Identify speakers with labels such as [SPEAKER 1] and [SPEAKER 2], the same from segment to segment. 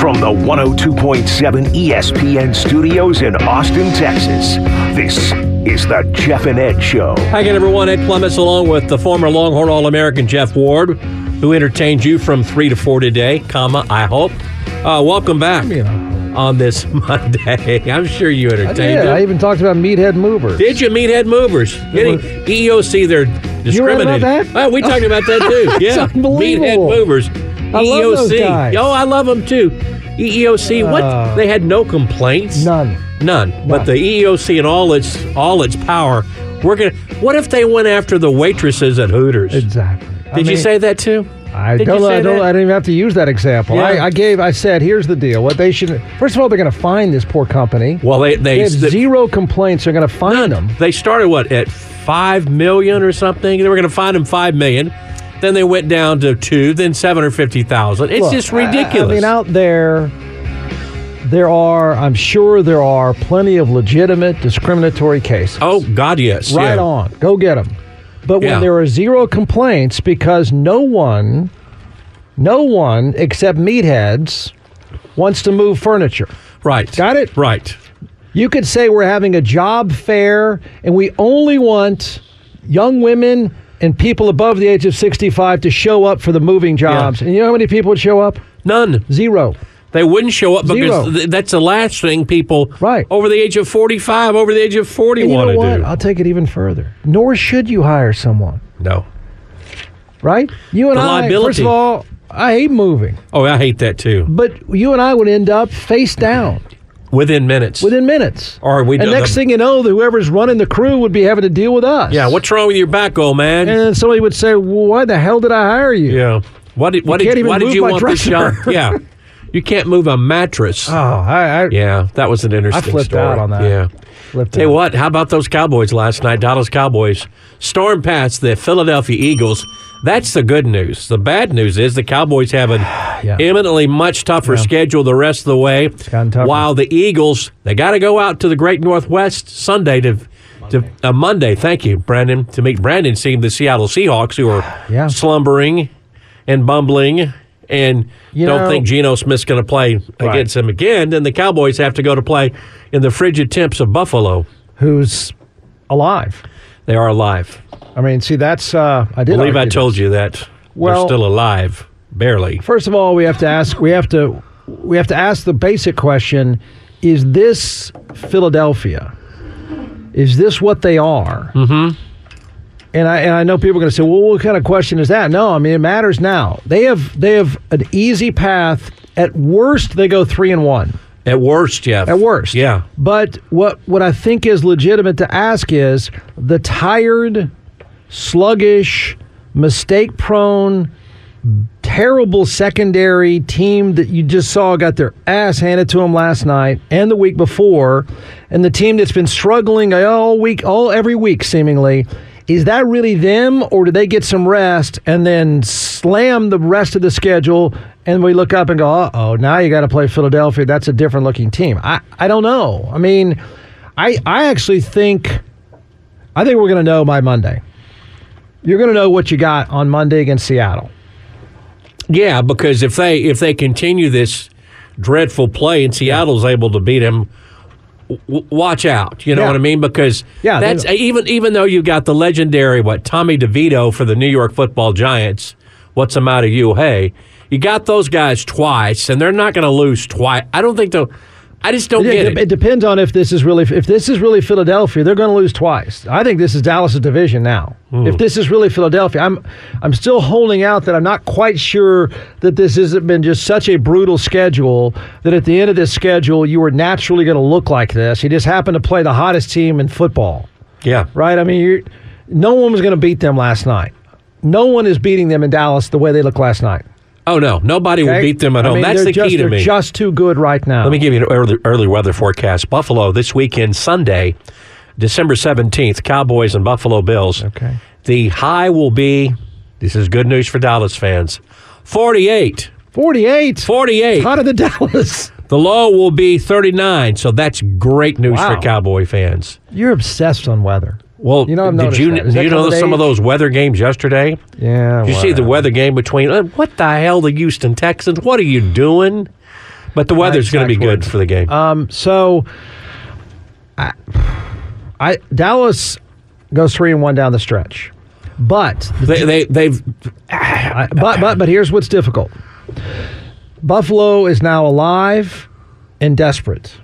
[SPEAKER 1] From the 102.7 ESPN studios in Austin, Texas, this is the Jeff and Ed Show.
[SPEAKER 2] Hi again, everyone. Ed Clements, along with the former Longhorn All American Jeff Ward, who entertained you from 3 to 4 today, comma, I hope. Uh, welcome back on this Monday. I'm sure you
[SPEAKER 3] I
[SPEAKER 2] entertained
[SPEAKER 3] did.
[SPEAKER 2] him.
[SPEAKER 3] Oh, I even talked about meathead mover.
[SPEAKER 2] Did you meet head movers? E Getting EEOC, they're discriminated.
[SPEAKER 3] that?
[SPEAKER 2] Well, Oh, we talked about that too. Yeah, meet head
[SPEAKER 3] unbelievable.
[SPEAKER 2] movers.
[SPEAKER 3] I
[SPEAKER 2] EEOC.
[SPEAKER 3] love those guys.
[SPEAKER 2] Oh, I love them too. E EEOC.
[SPEAKER 3] Uh,
[SPEAKER 2] what? They had no complaints.
[SPEAKER 3] None.
[SPEAKER 2] None. But the E EEOC and all its all its power. We're gonna. What if they went after the waitresses at Hooters? Did
[SPEAKER 3] Exactly. Did
[SPEAKER 2] you say that too?
[SPEAKER 3] I
[SPEAKER 2] Did you
[SPEAKER 3] don't.
[SPEAKER 2] say
[SPEAKER 3] I don't.
[SPEAKER 2] that?
[SPEAKER 3] I don't even have to use that example.
[SPEAKER 2] Yeah.
[SPEAKER 3] I, I gave. I said, here's the deal. What they should. First of all, they're going to find this poor company.
[SPEAKER 2] Well, they they
[SPEAKER 3] They have
[SPEAKER 2] they,
[SPEAKER 3] zero complaints. They're going to find them.
[SPEAKER 2] they started what at five million or something. They were going to find him five million. Then they went down to two, then seven hundred fifty thousand. It's
[SPEAKER 3] Look,
[SPEAKER 2] just
[SPEAKER 3] I-
[SPEAKER 2] ridiculous.
[SPEAKER 3] I, mean, out there, there are. I'm sure there are plenty of legitimate discriminatory cases.
[SPEAKER 2] oh God, yes,
[SPEAKER 3] right
[SPEAKER 2] yeah.
[SPEAKER 3] on. Go get them. But
[SPEAKER 2] Yeah.
[SPEAKER 3] when there are zero complaints, because no one, no one except meatheads, wants to move furniture.
[SPEAKER 2] right,
[SPEAKER 3] Got it?
[SPEAKER 2] right.
[SPEAKER 3] You could say we're having a job fair and we only want young women and people above the age of 65 to show up for the moving jobs. And you know how many people would show up?
[SPEAKER 2] None.
[SPEAKER 3] Zero.
[SPEAKER 2] They wouldn't show up
[SPEAKER 3] Zero.
[SPEAKER 2] because th- that's the last thing people
[SPEAKER 3] Right.
[SPEAKER 2] over the age of forty-five, over the age of forty,
[SPEAKER 3] And you
[SPEAKER 2] want
[SPEAKER 3] know what?
[SPEAKER 2] to do.
[SPEAKER 3] I'll take it even further. Nor should you hire someone,
[SPEAKER 2] no.
[SPEAKER 3] right? You and
[SPEAKER 2] The
[SPEAKER 3] I,
[SPEAKER 2] liability.
[SPEAKER 3] first of all, I hate moving,
[SPEAKER 2] Oh, I hate that too.
[SPEAKER 3] but you and I would end up face down
[SPEAKER 2] Within minutes.
[SPEAKER 3] within minutes.
[SPEAKER 2] Or we
[SPEAKER 3] and
[SPEAKER 2] do
[SPEAKER 3] next
[SPEAKER 2] the-
[SPEAKER 3] thing you know, whoever's running the crew would be having to deal with us.
[SPEAKER 2] yeah. What's wrong with your back, old man?
[SPEAKER 3] And then somebody would say, well, "Why the hell did I hire you?"
[SPEAKER 2] yeah. What did? What
[SPEAKER 3] can't
[SPEAKER 2] did?
[SPEAKER 3] even
[SPEAKER 2] Why did
[SPEAKER 3] move
[SPEAKER 2] you
[SPEAKER 3] my
[SPEAKER 2] want this job?
[SPEAKER 3] dresser.
[SPEAKER 2] Yeah. You can't move a mattress.
[SPEAKER 3] Oh, I, I
[SPEAKER 2] Yeah, that was an interesting.
[SPEAKER 3] I flipped
[SPEAKER 2] story.
[SPEAKER 3] out on that.
[SPEAKER 2] Yeah.
[SPEAKER 3] Flipped
[SPEAKER 2] Tell you
[SPEAKER 3] out.
[SPEAKER 2] what, how about those Cowboys last night? Dallas Cowboys storm past the Philadelphia Eagles. That's the good news. The bad news is the Cowboys have an imminently much tougher schedule the rest of the way.
[SPEAKER 3] gotten tougher.
[SPEAKER 2] While the Eagles, they got to go out to the Great Northwest Sunday to. To, uh, Monday, thank you, Brandon, to meet Brandon, seeing the Seattle Seahawks, who are
[SPEAKER 3] Yeah.
[SPEAKER 2] slumbering and bumbling, and
[SPEAKER 3] You
[SPEAKER 2] don't
[SPEAKER 3] know-
[SPEAKER 2] think Geno Smith's going to play against them again, then the Cowboys have to go to play in the frigid temps of Buffalo.
[SPEAKER 3] who's alive.
[SPEAKER 2] They are alive.
[SPEAKER 3] I mean, see, that's uh, I did.
[SPEAKER 2] I believe I
[SPEAKER 3] argue
[SPEAKER 2] told
[SPEAKER 3] this.
[SPEAKER 2] you that. They're
[SPEAKER 3] Well-
[SPEAKER 2] still alive, barely.
[SPEAKER 3] First of all, we have to ask. We have to. We have to ask the basic question: Is this Philadelphia? Is this what they are? Mm-hmm. And I and I know people are going to say, "Well, what kind of question is that?" No, I mean it matters now. They have they have an easy path. At worst, they go three and one.
[SPEAKER 2] At worst, yeah.
[SPEAKER 3] at worst.
[SPEAKER 2] Yeah.
[SPEAKER 3] But what what I think is legitimate to ask is the tired, sluggish, mistake prone, terrible secondary team that you just saw got their ass handed to them last night and the week before, and the team that's been struggling all week, all every week seemingly. Is that really them, or do they get some rest and then slam the rest of the schedule? And we look up and go, uh oh, now you got to play Philadelphia. That's a different looking team. I, I don't know. I mean, I, I actually think I think we're going to know by Monday. You're going to know what you got on Monday against Seattle.
[SPEAKER 2] Yeah, because if they if they continue this dreadful play and Seattle's able to beat them, w- watch out. You know
[SPEAKER 3] Yeah.
[SPEAKER 2] what I mean? Because
[SPEAKER 3] Yeah, they
[SPEAKER 2] that's
[SPEAKER 3] don't-
[SPEAKER 2] even even though you've got the legendary what Tommy DeVito for the New York Football Giants. What's the matter, you? Hey, you got those guys twice, and they're not going to lose twice. I don't think they'll. I just don't
[SPEAKER 3] Yeah,
[SPEAKER 2] get
[SPEAKER 3] it,
[SPEAKER 2] it.
[SPEAKER 3] it depends on if this is really if this is really Philadelphia, they're going to lose twice. I think this is Dallas's division now.
[SPEAKER 2] Hmm.
[SPEAKER 3] If this is really Philadelphia, I'm I'm still holding out that I'm not quite sure that this hasn't been just such a brutal schedule that at the end of this schedule you were naturally going to look like this. You just happened to play the hottest team in football,
[SPEAKER 2] yeah.
[SPEAKER 3] right? I mean, you no one was going to beat them last night. No one is beating them in Dallas the way they looked last night.
[SPEAKER 2] Oh no, nobody will
[SPEAKER 3] okay?
[SPEAKER 2] beat them at
[SPEAKER 3] I
[SPEAKER 2] home.
[SPEAKER 3] mean,
[SPEAKER 2] That's
[SPEAKER 3] they're
[SPEAKER 2] the
[SPEAKER 3] just-
[SPEAKER 2] key to
[SPEAKER 3] they're
[SPEAKER 2] me.
[SPEAKER 3] Just too good right now.
[SPEAKER 2] Let me give you an early, early weather forecast. Buffalo this weekend, Sunday, December 17th, Cowboys and Buffalo Bills.
[SPEAKER 3] Okay.
[SPEAKER 2] The high will be, this is good news for Dallas fans, 48.
[SPEAKER 3] 48.
[SPEAKER 2] 48.
[SPEAKER 3] Out of the Dallas.
[SPEAKER 2] The low will be 39. So that's great news
[SPEAKER 3] Wow.
[SPEAKER 2] for Cowboy fans.
[SPEAKER 3] You're obsessed on weather.
[SPEAKER 2] Well,
[SPEAKER 3] You know, I've
[SPEAKER 2] did
[SPEAKER 3] noticed
[SPEAKER 2] you,
[SPEAKER 3] that. Is
[SPEAKER 2] you
[SPEAKER 3] that
[SPEAKER 2] know
[SPEAKER 3] coming of
[SPEAKER 2] some of
[SPEAKER 3] age?
[SPEAKER 2] those weather games yesterday?
[SPEAKER 3] Yeah.
[SPEAKER 2] You see the
[SPEAKER 3] whatever.
[SPEAKER 2] weather game between uh, what the hell the Houston Texans? What are you doing? But the weather's going to be
[SPEAKER 3] exact
[SPEAKER 2] good
[SPEAKER 3] words.
[SPEAKER 2] for the game.
[SPEAKER 3] Um, so, I, I Dallas goes three and one down the stretch, but
[SPEAKER 2] they, they they've
[SPEAKER 3] I- but but but here's what's difficult. Buffalo is now alive and desperate.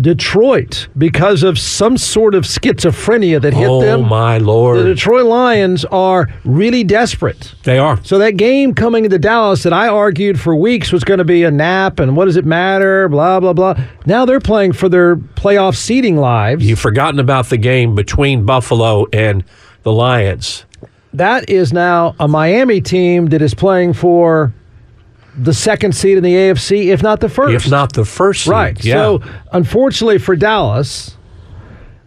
[SPEAKER 3] Detroit, because of some sort of schizophrenia that hit
[SPEAKER 2] oh
[SPEAKER 3] them,
[SPEAKER 2] my
[SPEAKER 3] the
[SPEAKER 2] lord,
[SPEAKER 3] Detroit Lions are really desperate.
[SPEAKER 2] they are.
[SPEAKER 3] So that game coming into Dallas that I argued for weeks was going to be a nap and what does it matter, blah, blah, blah. Now they're playing for their playoff seeding lives.
[SPEAKER 2] You've forgotten about the game between Buffalo and the Lions.
[SPEAKER 3] that is now a Miami team that is playing for the second seed in the AFC, if not the first.
[SPEAKER 2] If not the first, seed.
[SPEAKER 3] Right.
[SPEAKER 2] Yeah.
[SPEAKER 3] So unfortunately for Dallas,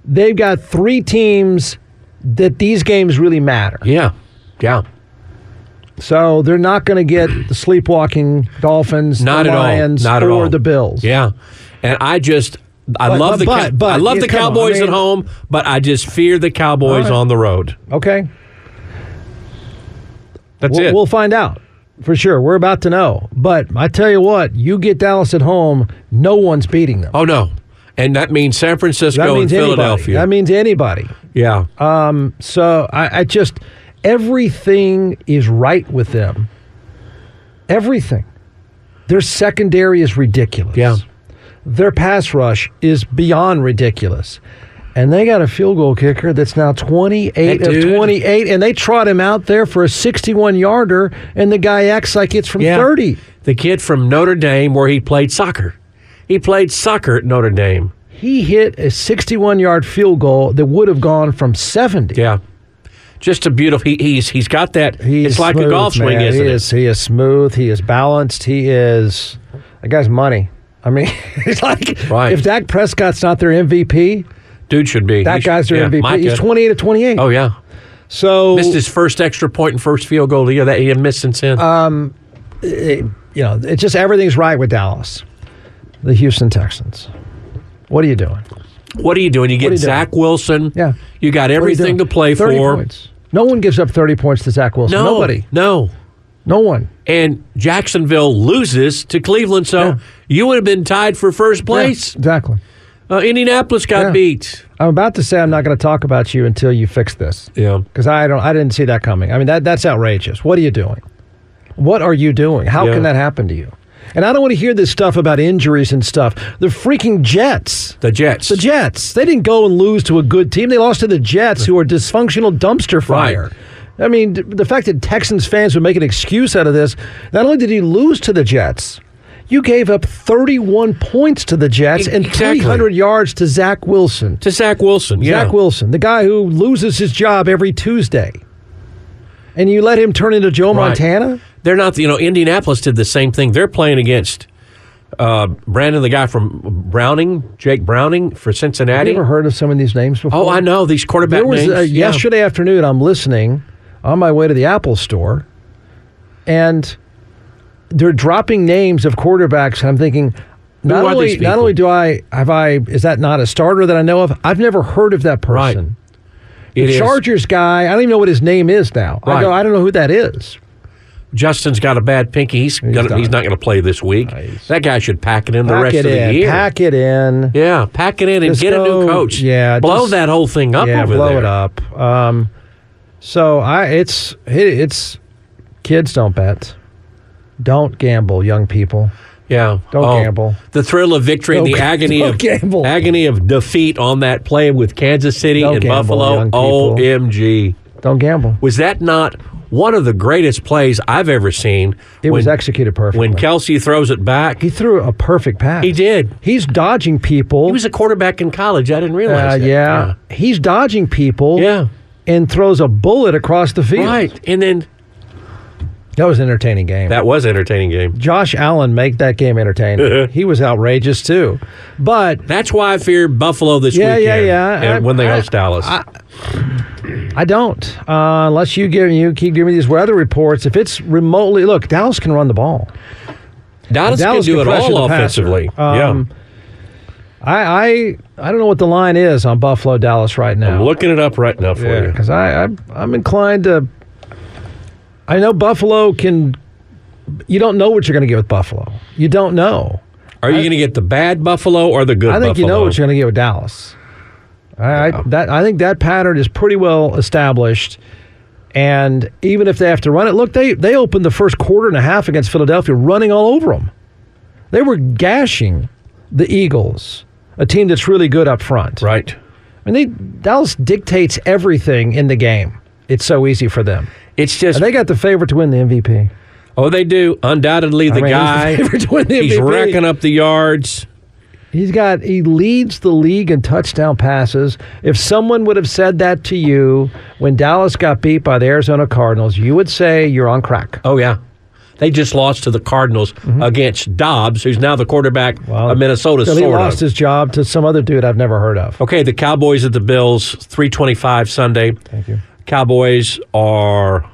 [SPEAKER 3] they've got three teams that these games really matter.
[SPEAKER 2] yeah, yeah.
[SPEAKER 3] So they're not going to get the sleepwalking Dolphins,
[SPEAKER 2] Not
[SPEAKER 3] the
[SPEAKER 2] at
[SPEAKER 3] Lions,
[SPEAKER 2] all. Not
[SPEAKER 3] or
[SPEAKER 2] at all.
[SPEAKER 3] the Bills.
[SPEAKER 2] Yeah, and I just. I
[SPEAKER 3] But-
[SPEAKER 2] love the Cow-
[SPEAKER 3] but- but-
[SPEAKER 2] I love
[SPEAKER 3] yeah,
[SPEAKER 2] the
[SPEAKER 3] come on, I
[SPEAKER 2] Cowboys at
[SPEAKER 3] mean-
[SPEAKER 2] home, but I just fear the Cowboys
[SPEAKER 3] All right.
[SPEAKER 2] on the road.
[SPEAKER 3] Okay.
[SPEAKER 2] That's
[SPEAKER 3] We'll,
[SPEAKER 2] it.
[SPEAKER 3] we'll find out for sure. We're about to know. But I tell you what, you get Dallas at home, no one's beating them.
[SPEAKER 2] oh no, and that means San Francisco
[SPEAKER 3] that means
[SPEAKER 2] and
[SPEAKER 3] anybody.
[SPEAKER 2] Philadelphia.
[SPEAKER 3] That means anybody.
[SPEAKER 2] yeah,
[SPEAKER 3] So I, I just everything is right with them. Everything. Their secondary is ridiculous.
[SPEAKER 2] yeah.
[SPEAKER 3] Their pass rush is beyond ridiculous. And they got a field goal kicker that's now 28
[SPEAKER 2] That
[SPEAKER 3] of
[SPEAKER 2] dude.
[SPEAKER 3] 28, and they trot him out there for a 61 yarder, and the guy acts like it's from
[SPEAKER 2] Yeah.
[SPEAKER 3] 30.
[SPEAKER 2] The kid from Notre Dame, where he played soccer, he played soccer at Notre Dame.
[SPEAKER 3] He hit a 61 yard field goal that would have gone from 70.
[SPEAKER 2] Yeah, just a beautiful. He, he's he's got that.
[SPEAKER 3] He's
[SPEAKER 2] it's like a
[SPEAKER 3] smooth,
[SPEAKER 2] golf swing,
[SPEAKER 3] man.
[SPEAKER 2] isn't
[SPEAKER 3] he
[SPEAKER 2] it?
[SPEAKER 3] is- He is smooth. He is balanced. He is. That guy's money. I mean, it's like
[SPEAKER 2] Right.
[SPEAKER 3] if Dak Prescott's not their MVP,
[SPEAKER 2] Dude should be.
[SPEAKER 3] that
[SPEAKER 2] He
[SPEAKER 3] guy's
[SPEAKER 2] should-
[SPEAKER 3] their
[SPEAKER 2] yeah,
[SPEAKER 3] MVP.
[SPEAKER 2] Micah.
[SPEAKER 3] He's 28 to 28.
[SPEAKER 2] Oh yeah,
[SPEAKER 3] so
[SPEAKER 2] missed his first extra point and first field goal of the year that he had missed since then.
[SPEAKER 3] Uh, you know, it's just everything's right with Dallas, the Houston Texans. What are you doing?
[SPEAKER 2] what are you doing? You
[SPEAKER 3] are
[SPEAKER 2] get
[SPEAKER 3] you doing?
[SPEAKER 2] Zach Wilson.
[SPEAKER 3] Yeah.
[SPEAKER 2] you got
[SPEAKER 3] What are you
[SPEAKER 2] everything to
[SPEAKER 3] doing?
[SPEAKER 2] play
[SPEAKER 3] 30
[SPEAKER 2] for.
[SPEAKER 3] Points. No one gives up 30 points to Zach Wilson.
[SPEAKER 2] No,
[SPEAKER 3] Nobody.
[SPEAKER 2] no.
[SPEAKER 3] No one.
[SPEAKER 2] And Jacksonville loses to Cleveland, so
[SPEAKER 3] Yeah.
[SPEAKER 2] you would have been tied for first place.
[SPEAKER 3] Yeah, exactly.
[SPEAKER 2] Uh, Indianapolis got
[SPEAKER 3] Yeah.
[SPEAKER 2] beat.
[SPEAKER 3] I'm about to say I'm not going to talk about you until you fix this.
[SPEAKER 2] Yeah.
[SPEAKER 3] because I don't, I didn't see that coming. I mean, that that's outrageous. What are you doing? What are you doing? How
[SPEAKER 2] Yeah.
[SPEAKER 3] can that happen to you? And I don't want to hear this stuff about injuries and stuff. The freaking Jets.
[SPEAKER 2] The Jets.
[SPEAKER 3] The Jets. They didn't go and lose to a good team. They lost to the Jets, who are dysfunctional dumpster fire.
[SPEAKER 2] Right.
[SPEAKER 3] I mean, th- the fact that Texans fans would make an excuse out of this, not only did you lose to the Jets, you gave up 31 points to the Jets
[SPEAKER 2] E-
[SPEAKER 3] and
[SPEAKER 2] exactly.
[SPEAKER 3] 300 yards to Zach Wilson.
[SPEAKER 2] To Zach Wilson. Yeah.
[SPEAKER 3] Zach Wilson, the guy who loses his job every Tuesday. And you let him turn into Joe
[SPEAKER 2] Right.
[SPEAKER 3] Montana?
[SPEAKER 2] They're not, you know, Indianapolis did the same thing. They're playing against uh, Brandon, the guy from Browning, Jake Browning for
[SPEAKER 3] Have you
[SPEAKER 2] Cincinnati.
[SPEAKER 3] ever heard of some of these names before?
[SPEAKER 2] Oh, I know these quarterback
[SPEAKER 3] There was
[SPEAKER 2] names.
[SPEAKER 3] uh,
[SPEAKER 2] Yeah.
[SPEAKER 3] yesterday afternoon. I'm listening on my way to the Apple store, and they're dropping names of quarterbacks. And I'm thinking, not
[SPEAKER 2] are
[SPEAKER 3] only
[SPEAKER 2] these
[SPEAKER 3] not
[SPEAKER 2] people?
[SPEAKER 3] only do I have I is that not a starter that I know of? I've never heard of that
[SPEAKER 2] Right.
[SPEAKER 3] person.
[SPEAKER 2] It is.
[SPEAKER 3] Chargers guy. I don't even know what his name is now. I
[SPEAKER 2] Right.
[SPEAKER 3] go. I don't know who that is.
[SPEAKER 2] Justin's got a bad pinky. He's, gonna,
[SPEAKER 3] done.
[SPEAKER 2] he's not going to play this week. That guy should pack it in the
[SPEAKER 3] pack
[SPEAKER 2] rest
[SPEAKER 3] it
[SPEAKER 2] of the
[SPEAKER 3] in.
[SPEAKER 2] year.
[SPEAKER 3] Pack it in.
[SPEAKER 2] yeah, pack it in and
[SPEAKER 3] Just
[SPEAKER 2] get a new
[SPEAKER 3] go-
[SPEAKER 2] coach.
[SPEAKER 3] yeah,
[SPEAKER 2] blow
[SPEAKER 3] just-
[SPEAKER 2] that whole thing up
[SPEAKER 3] yeah,
[SPEAKER 2] over
[SPEAKER 3] blow
[SPEAKER 2] there.
[SPEAKER 3] it up. Um, so I, it's it, it's kids don't bet, don't gamble, young people.
[SPEAKER 2] Yeah. Oh.
[SPEAKER 3] Don't gamble.
[SPEAKER 2] The thrill of victory and
[SPEAKER 3] Don't-
[SPEAKER 2] the agony
[SPEAKER 3] don't
[SPEAKER 2] of
[SPEAKER 3] gamble.
[SPEAKER 2] agony of defeat on that play with Kansas City
[SPEAKER 3] Don't
[SPEAKER 2] and
[SPEAKER 3] gamble,
[SPEAKER 2] Buffalo.
[SPEAKER 3] young people.
[SPEAKER 2] OMG.
[SPEAKER 3] Don't gamble.
[SPEAKER 2] Was that not one of the greatest plays I've ever seen?
[SPEAKER 3] It was executed perfectly.
[SPEAKER 2] When Kelsey throws it back.
[SPEAKER 3] he threw a perfect pass.
[SPEAKER 2] He did.
[SPEAKER 3] He's dodging people.
[SPEAKER 2] He was a quarterback in college. I didn't realize
[SPEAKER 3] Uh,
[SPEAKER 2] that.
[SPEAKER 3] yeah. He's dodging people.
[SPEAKER 2] Yeah.
[SPEAKER 3] And throws a bullet across the
[SPEAKER 2] Yeah.
[SPEAKER 3] field.
[SPEAKER 2] Right. And then
[SPEAKER 3] That was an entertaining game.
[SPEAKER 2] that was an entertaining game.
[SPEAKER 3] Josh Allen make that game entertaining. he was outrageous too. But
[SPEAKER 2] That's why I fear Buffalo this
[SPEAKER 3] Yeah,
[SPEAKER 2] weekend.
[SPEAKER 3] yeah, yeah.
[SPEAKER 2] And when they host Dallas.
[SPEAKER 3] I don't. Uh, unless you give you keep giving me these weather reports. If it's remotely look, Dallas can run the ball.
[SPEAKER 2] Dallas,
[SPEAKER 3] Dallas
[SPEAKER 2] can do
[SPEAKER 3] can
[SPEAKER 2] it
[SPEAKER 3] pressure
[SPEAKER 2] all
[SPEAKER 3] the passer.
[SPEAKER 2] offensively.
[SPEAKER 3] Um, I I I don't know what the line is on Buffalo Dallas right
[SPEAKER 2] yeah. I'm
[SPEAKER 3] now.
[SPEAKER 2] looking it up right now for you.
[SPEAKER 3] because I, I I'm inclined to. I know Buffalo can. You don't know what you're going to get with Buffalo. You don't know.
[SPEAKER 2] Are you going to get the bad Buffalo or the good
[SPEAKER 3] I think you know
[SPEAKER 2] Buffalo?
[SPEAKER 3] what you're going to get with Dallas. I, I, that, I think that pattern is pretty well established. And even if they have to run it, look, they, they opened the first quarter and a half against Philadelphia running all over them. They were gashing the Eagles, a team that's really good up front.
[SPEAKER 2] Right.
[SPEAKER 3] I mean, they, Dallas dictates everything in the game. It's so easy for them.
[SPEAKER 2] It's just
[SPEAKER 3] And they got the favorite to win the MVP.
[SPEAKER 2] oh they do undoubtedly the
[SPEAKER 3] mean, he's the
[SPEAKER 2] guy
[SPEAKER 3] favorite to win the
[SPEAKER 2] he's
[SPEAKER 3] MVP.
[SPEAKER 2] racking up the yards.
[SPEAKER 3] He's got he leads the league in touchdown passes. If someone would have said that to you when Dallas got beat by the Arizona Cardinals, you would say you're on crack.
[SPEAKER 2] Oh yeah. They just lost to the Cardinals against Dobbs, who's now the quarterback of Minnesota.
[SPEAKER 3] Till Mm-hmm. he
[SPEAKER 2] sort
[SPEAKER 3] lost
[SPEAKER 2] of.
[SPEAKER 3] his job to some other dude I've never heard of.
[SPEAKER 2] Okay, the Cowboys at the Bills, 325 Sunday. Thank
[SPEAKER 3] you.
[SPEAKER 2] Cowboys are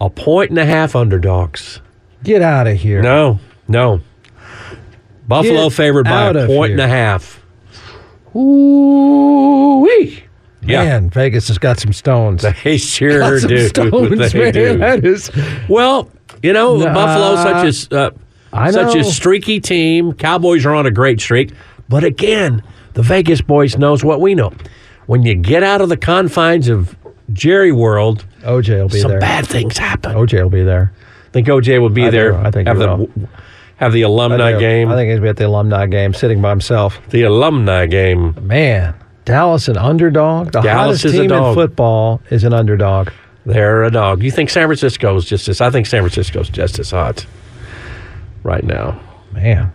[SPEAKER 2] a point and a half underdogs.
[SPEAKER 3] Get out of here.
[SPEAKER 2] No, no. Buffalo
[SPEAKER 3] Get
[SPEAKER 2] favored by
[SPEAKER 3] out
[SPEAKER 2] a
[SPEAKER 3] of
[SPEAKER 2] point and
[SPEAKER 3] here.
[SPEAKER 2] a half.
[SPEAKER 3] Ooh-wee.
[SPEAKER 2] Yeah.
[SPEAKER 3] Man, Vegas has got some stones.
[SPEAKER 2] They sure
[SPEAKER 3] Got some
[SPEAKER 2] do.
[SPEAKER 3] stones,
[SPEAKER 2] They
[SPEAKER 3] man.
[SPEAKER 2] do.
[SPEAKER 3] That is
[SPEAKER 2] Well, you know,
[SPEAKER 3] Nah.
[SPEAKER 2] Buffalo such as uh,
[SPEAKER 3] I
[SPEAKER 2] such
[SPEAKER 3] know.
[SPEAKER 2] a streaky team. Cowboys are on a great streak, but again, the Vegas boys knows what we know. When you get out of the confines of Jerry World,
[SPEAKER 3] OJ will be
[SPEAKER 2] some
[SPEAKER 3] there.
[SPEAKER 2] bad things happen.
[SPEAKER 3] OJ will be there.
[SPEAKER 2] I think OJ will be
[SPEAKER 3] I think
[SPEAKER 2] there.
[SPEAKER 3] he will. I think
[SPEAKER 2] have
[SPEAKER 3] he
[SPEAKER 2] the
[SPEAKER 3] will.
[SPEAKER 2] have the alumni
[SPEAKER 3] Yeah,
[SPEAKER 2] game.
[SPEAKER 3] I think he's be at the alumni game, sitting by himself.
[SPEAKER 2] the alumni game.
[SPEAKER 3] Man, Dallas an underdog. The
[SPEAKER 2] Dallas
[SPEAKER 3] hottest
[SPEAKER 2] is a
[SPEAKER 3] team in
[SPEAKER 2] dog.
[SPEAKER 3] football is an underdog.
[SPEAKER 2] They're a dog. You think San Francisco's just as? I think San Francisco's just as hot right now.
[SPEAKER 3] Man.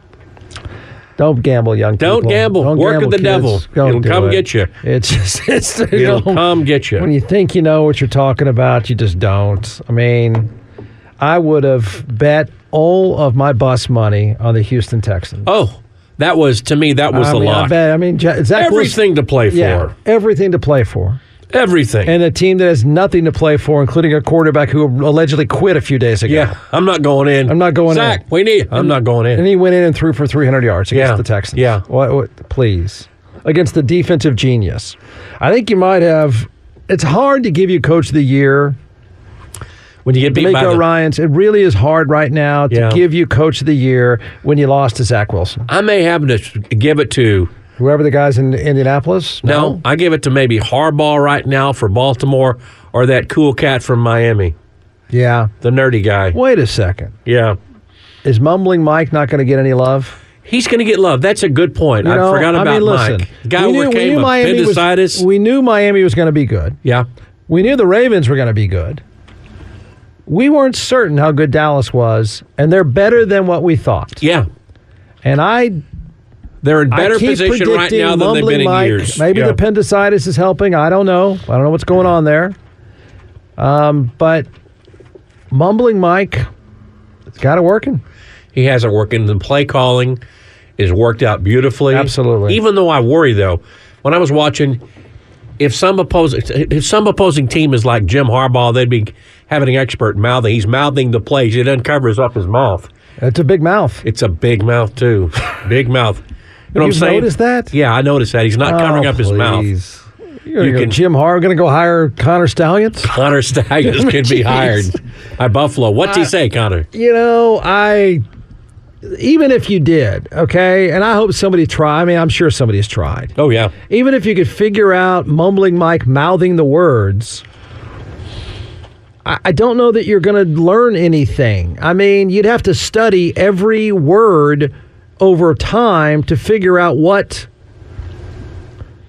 [SPEAKER 3] Don't gamble, young
[SPEAKER 2] Don't
[SPEAKER 3] people.
[SPEAKER 2] gamble. Work of the devil.
[SPEAKER 3] Don't
[SPEAKER 2] It'll
[SPEAKER 3] do
[SPEAKER 2] come
[SPEAKER 3] it.
[SPEAKER 2] get you.
[SPEAKER 3] It's just, it's
[SPEAKER 2] It'll
[SPEAKER 3] don't-
[SPEAKER 2] come get you.
[SPEAKER 3] When you think you know what you're talking about, you just don't. I mean, I would have bet all of my bus money on the Houston Texans.
[SPEAKER 2] Oh, that was to me. That was
[SPEAKER 3] I
[SPEAKER 2] the
[SPEAKER 3] mean, I
[SPEAKER 2] lock.
[SPEAKER 3] bet. I mean, Ja- Zach Wilson,
[SPEAKER 2] Everything to play for.
[SPEAKER 3] yeah, everything to play for,
[SPEAKER 2] Everything.
[SPEAKER 3] and a team that has nothing to play for, including a quarterback who allegedly quit a few days ago.
[SPEAKER 2] yeah, I'm not going in.
[SPEAKER 3] I'm not going
[SPEAKER 2] Zach,
[SPEAKER 3] in.
[SPEAKER 2] we need. I'm not going in.
[SPEAKER 3] And he went in and threw for 300 yards against
[SPEAKER 2] Yeah,
[SPEAKER 3] the Texans.
[SPEAKER 2] yeah.
[SPEAKER 3] What, what, please. Against the defensive genius. I think you might have. It's hard to give you coach of the year.
[SPEAKER 2] when you get beat by
[SPEAKER 3] Miko
[SPEAKER 2] the,
[SPEAKER 3] Ryans, it really is hard right now to
[SPEAKER 2] Yeah.
[SPEAKER 3] give you coach of the year when you lost to Zach Wilson.
[SPEAKER 2] I may have to give it to.
[SPEAKER 3] Whoever the guys in Indianapolis?
[SPEAKER 2] No, I give it to maybe Harbaugh right now for Baltimore, or that cool cat from Miami,
[SPEAKER 3] Yeah.
[SPEAKER 2] the nerdy guy.
[SPEAKER 3] Wait a second.
[SPEAKER 2] Yeah,
[SPEAKER 3] Is mumbling Mike not going to get any love?
[SPEAKER 2] he's going to get love. That's a good point.
[SPEAKER 3] You
[SPEAKER 2] I
[SPEAKER 3] know,
[SPEAKER 2] forgot about
[SPEAKER 3] I mean, listen,
[SPEAKER 2] Mike. Guy
[SPEAKER 3] we knew, we
[SPEAKER 2] overcame
[SPEAKER 3] knew Miami
[SPEAKER 2] appendicitis.
[SPEAKER 3] was, we knew Miami was going to be good.
[SPEAKER 2] yeah,
[SPEAKER 3] We knew the Ravens were going to be good. We weren't certain how good Dallas was, and they're better than what we thought.
[SPEAKER 2] yeah.
[SPEAKER 3] And I,
[SPEAKER 2] They're in
[SPEAKER 3] I
[SPEAKER 2] better
[SPEAKER 3] keep
[SPEAKER 2] position right
[SPEAKER 3] predicting
[SPEAKER 2] now than they've
[SPEAKER 3] mumbling
[SPEAKER 2] been in
[SPEAKER 3] Mike.
[SPEAKER 2] years.
[SPEAKER 3] Maybe
[SPEAKER 2] Yeah.
[SPEAKER 3] the appendicitis is helping. I don't know. I don't know what's going on there. Um, but mumbling Mike, it's got it working.
[SPEAKER 2] He has it working. The play calling is worked out beautifully.
[SPEAKER 3] Absolutely.
[SPEAKER 2] Even though I worry though, when I was watching, if some opposing if some opposing team is like Jim Harbaugh, they'd be having an expert mouthing. He's mouthing the plays. He doesn't cover his up his mouth.
[SPEAKER 3] It's a big mouth.
[SPEAKER 2] It's a big mouth too. big mouth. You know what I'm
[SPEAKER 3] You've
[SPEAKER 2] saying?
[SPEAKER 3] noticed that?
[SPEAKER 2] Yeah, I noticed that. He's not covering
[SPEAKER 3] Oh,
[SPEAKER 2] up his mouth.
[SPEAKER 3] please. You're
[SPEAKER 2] You
[SPEAKER 3] you
[SPEAKER 2] can-
[SPEAKER 3] Jim Har going to go hire Connor Stallions.
[SPEAKER 2] Connor Stallions could be
[SPEAKER 3] Jeez.
[SPEAKER 2] hired by Buffalo. What'd he say, Connor?
[SPEAKER 3] you know, I even if you did, okay, and I hope somebody try. I mean, I'm sure somebody's tried.
[SPEAKER 2] Oh yeah.
[SPEAKER 3] Even if you could figure out mumbling Mike mouthing the words, I I don't know that you're going to learn anything. I mean, you'd have to study every word over time to figure out what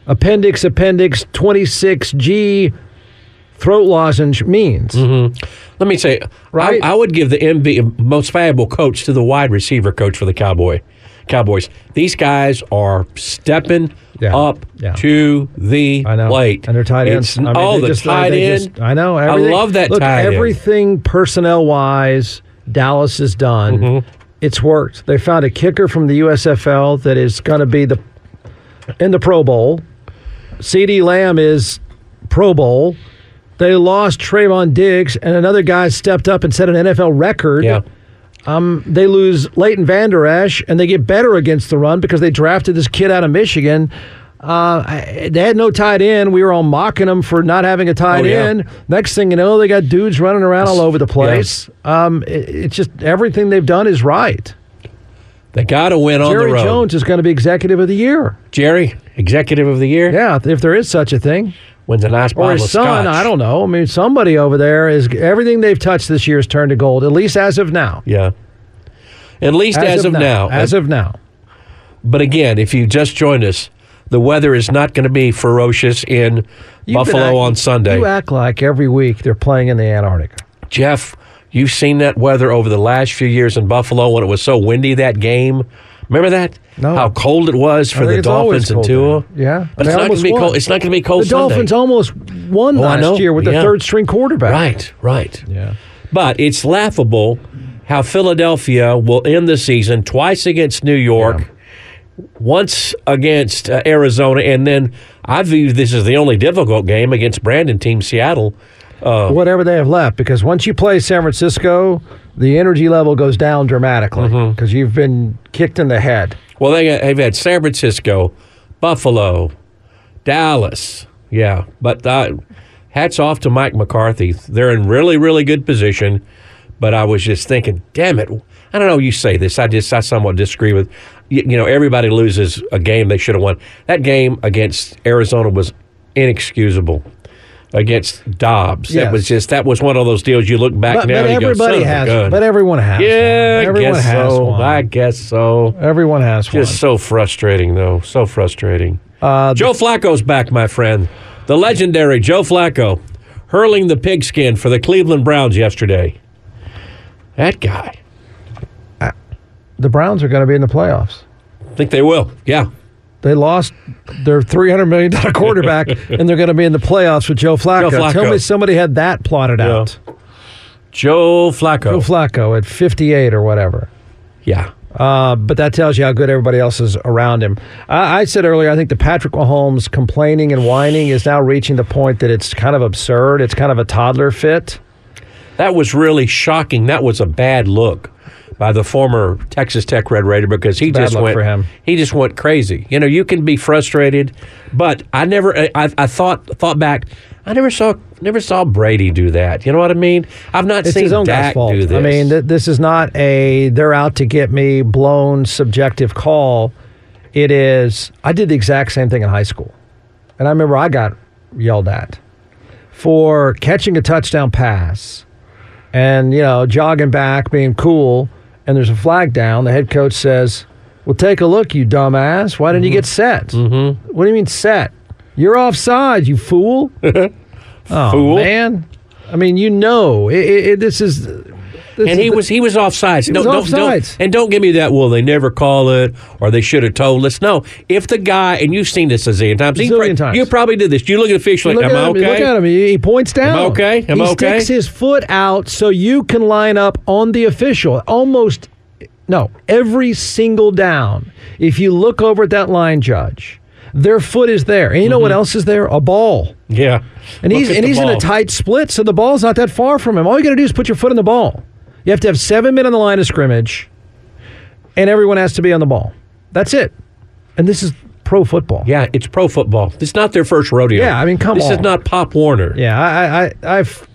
[SPEAKER 3] appendix, appendix 26G throat lozenge means.
[SPEAKER 2] Let me say,
[SPEAKER 3] Right.
[SPEAKER 2] I, I would give the MV most valuable coach to the wide receiver coach for the Cowboy Cowboys. These guys are stepping
[SPEAKER 3] Yeah,
[SPEAKER 2] up
[SPEAKER 3] yeah.
[SPEAKER 2] to the
[SPEAKER 3] I know.
[SPEAKER 2] plate,
[SPEAKER 3] And their tight
[SPEAKER 2] It's,
[SPEAKER 3] ends.
[SPEAKER 2] oh,
[SPEAKER 3] they
[SPEAKER 2] the
[SPEAKER 3] just- they-
[SPEAKER 2] tight
[SPEAKER 3] they
[SPEAKER 2] end.
[SPEAKER 3] just- I know.
[SPEAKER 2] I
[SPEAKER 3] everything-
[SPEAKER 2] love that
[SPEAKER 3] Look,
[SPEAKER 2] tight end.
[SPEAKER 3] everything personnel wise, Dallas has done.
[SPEAKER 2] Mm-hmm.
[SPEAKER 3] It's worked. They found a kicker from the USFL that is going to be the in the Pro Bowl. CD Lamb is Pro Bowl. They lost Trayvon Diggs, and another guy stepped up and set an NFL record.
[SPEAKER 2] Yeah.
[SPEAKER 3] They lose Leighton Vander Esch, and they get better against the run because they drafted this kid out of Michigan. Uh, I- they had no tight end. We were all mocking them for not having a tight
[SPEAKER 2] Oh, yeah.
[SPEAKER 3] end. Next thing you know, they got dudes running around all over the place. Um, it- it's just everything they've done is right.
[SPEAKER 2] They got to win on
[SPEAKER 3] Jerry
[SPEAKER 2] the road.
[SPEAKER 3] Jones is going to be executive of the year.
[SPEAKER 2] Jerry, executive of the year,
[SPEAKER 3] Yeah, if there is such a thing.
[SPEAKER 2] wins a nice bottle
[SPEAKER 3] Or his
[SPEAKER 2] of
[SPEAKER 3] son,
[SPEAKER 2] scotch.
[SPEAKER 3] I don't know. I mean, somebody over there is everything they've touched this year has turned to gold, at least as of now.
[SPEAKER 2] Yeah. At least as, of, now.
[SPEAKER 3] As of now.
[SPEAKER 2] But again, if you just joined us, the weather is not going to be ferocious in
[SPEAKER 3] You've been
[SPEAKER 2] Buffalo
[SPEAKER 3] act-
[SPEAKER 2] on Sunday.
[SPEAKER 3] You act like every week they're playing in the Antarctica.
[SPEAKER 2] Jeff, you've seen that weather over the last few years in Buffalo when it was so windy that game. Remember that?
[SPEAKER 3] No.
[SPEAKER 2] How cold it was
[SPEAKER 3] I
[SPEAKER 2] for
[SPEAKER 3] think
[SPEAKER 2] the
[SPEAKER 3] it's always
[SPEAKER 2] Dolphins and
[SPEAKER 3] cold
[SPEAKER 2] Tua.
[SPEAKER 3] there. Yeah.
[SPEAKER 2] But it's
[SPEAKER 3] They
[SPEAKER 2] not going
[SPEAKER 3] almost
[SPEAKER 2] to be
[SPEAKER 3] won.
[SPEAKER 2] cold. It's not going to be cold
[SPEAKER 3] the
[SPEAKER 2] Sunday.
[SPEAKER 3] Dolphins almost won
[SPEAKER 2] Oh, I know.
[SPEAKER 3] last year with
[SPEAKER 2] Yeah.
[SPEAKER 3] the third string quarterback.
[SPEAKER 2] Right, right.
[SPEAKER 3] Yeah.
[SPEAKER 2] But it's laughable how Philadelphia will end the season twice against New York, once against uh, Arizona, and then I view this as the only difficult game against Brandon team Seattle. Oh.
[SPEAKER 3] Whatever they have left, because once you play San Francisco, the energy level goes down dramatically
[SPEAKER 2] Mm-hmm.
[SPEAKER 3] because you've been kicked in the head.
[SPEAKER 2] Well, they, they've had San Francisco, Buffalo, Dallas. Yeah, but uh, hats off to Mike McCarthy. They're in really, really good position. But I was just thinking, damn it! I don't know. You say this, I just I somewhat disagree with. You, you know, everybody loses a game they should have won. That game against Arizona was inexcusable. Against Dobbs, that
[SPEAKER 3] Yes.
[SPEAKER 2] was just that was one of those deals. You look back
[SPEAKER 3] But,
[SPEAKER 2] now,
[SPEAKER 3] but
[SPEAKER 2] and you
[SPEAKER 3] everybody
[SPEAKER 2] go, "Son of a
[SPEAKER 3] has,
[SPEAKER 2] gun."
[SPEAKER 3] but everyone has.
[SPEAKER 2] yeah,
[SPEAKER 3] one.
[SPEAKER 2] I
[SPEAKER 3] everyone
[SPEAKER 2] guess
[SPEAKER 3] has
[SPEAKER 2] so.
[SPEAKER 3] one.
[SPEAKER 2] I guess so.
[SPEAKER 3] everyone has one.
[SPEAKER 2] Just so frustrating, though. So frustrating. Joe Flacco's back, my friend. The legendary Joe Flacco hurling the pigskin for the Cleveland Browns yesterday. That guy.
[SPEAKER 3] the Browns are going to be in the playoffs.
[SPEAKER 2] I think they will. Yeah.
[SPEAKER 3] They lost their three hundred million dollar quarterback, and they're going to be in the playoffs with Joe Flacco.
[SPEAKER 2] Joe Flacco.
[SPEAKER 3] Tell me somebody had that plotted out.
[SPEAKER 2] Joe Flacco.
[SPEAKER 3] Joe Flacco at fifty-eight or whatever.
[SPEAKER 2] yeah.
[SPEAKER 3] Uh, but that tells you how good everybody else is around him. I, I said earlier, I think the Patrick Mahomes complaining and whining is now reaching the point that it's kind of absurd. It's kind of a toddler fit.
[SPEAKER 2] That was really shocking. That was a bad look by the former Texas Tech Red Raider because he
[SPEAKER 3] It's a bad
[SPEAKER 2] just
[SPEAKER 3] look
[SPEAKER 2] went
[SPEAKER 3] for him.
[SPEAKER 2] he just went crazy. You know, you can be frustrated, but I never I, I I thought thought back. I never saw never saw Brady do that. You know what I mean? I've not
[SPEAKER 3] It's
[SPEAKER 2] seen
[SPEAKER 3] his own
[SPEAKER 2] Dak
[SPEAKER 3] guy's fault.
[SPEAKER 2] do this.
[SPEAKER 3] I mean, th- this is not a they're out to get me blown subjective call. It is I did the exact same thing in high school. And I remember I got yelled at for catching a touchdown pass and, you know, jogging back, being cool, and there's a flag down. The head coach says, Well, take a look, you dumbass. Why didn't you get set? Mm-hmm. What do you mean set? You're offside, you fool. oh,
[SPEAKER 2] Fool.
[SPEAKER 3] man. I mean, you know, it, it, it- this is. This
[SPEAKER 2] and he was he was offsides. No,
[SPEAKER 3] was
[SPEAKER 2] don't,
[SPEAKER 3] offsides.
[SPEAKER 2] don't and don't give me that. Well, they never call it, or they should have told us. No, if the guy and you've seen this a zillion times, he
[SPEAKER 3] Zillion
[SPEAKER 2] pro-
[SPEAKER 3] times.
[SPEAKER 2] you probably did this. You look at the fish like,
[SPEAKER 3] Look
[SPEAKER 2] am
[SPEAKER 3] at
[SPEAKER 2] I
[SPEAKER 3] him.
[SPEAKER 2] okay?
[SPEAKER 3] Look at him. He, he points down.
[SPEAKER 2] okay? Am
[SPEAKER 3] he
[SPEAKER 2] I okay?
[SPEAKER 3] sticks his foot out so you can line up on the official. Almost, no, every single down. If you look over at that line judge, their foot is there. And you know what else is there? A ball.
[SPEAKER 2] Yeah,
[SPEAKER 3] And
[SPEAKER 2] Mm-hmm. Look
[SPEAKER 3] he's
[SPEAKER 2] at
[SPEAKER 3] and
[SPEAKER 2] the
[SPEAKER 3] he's in a
[SPEAKER 2] ball.
[SPEAKER 3] tight split, so the ball's not that far from him. All you got to do is put your foot in the ball. You have to have seven men on the line of scrimmage, and everyone has to be on the ball. That's it. And this is pro football.
[SPEAKER 2] Yeah, it's pro football. It's not their first rodeo.
[SPEAKER 3] Yeah, I mean, come
[SPEAKER 2] this
[SPEAKER 3] on.
[SPEAKER 2] is not Pop Warner.
[SPEAKER 3] Yeah, I, I, I, I've.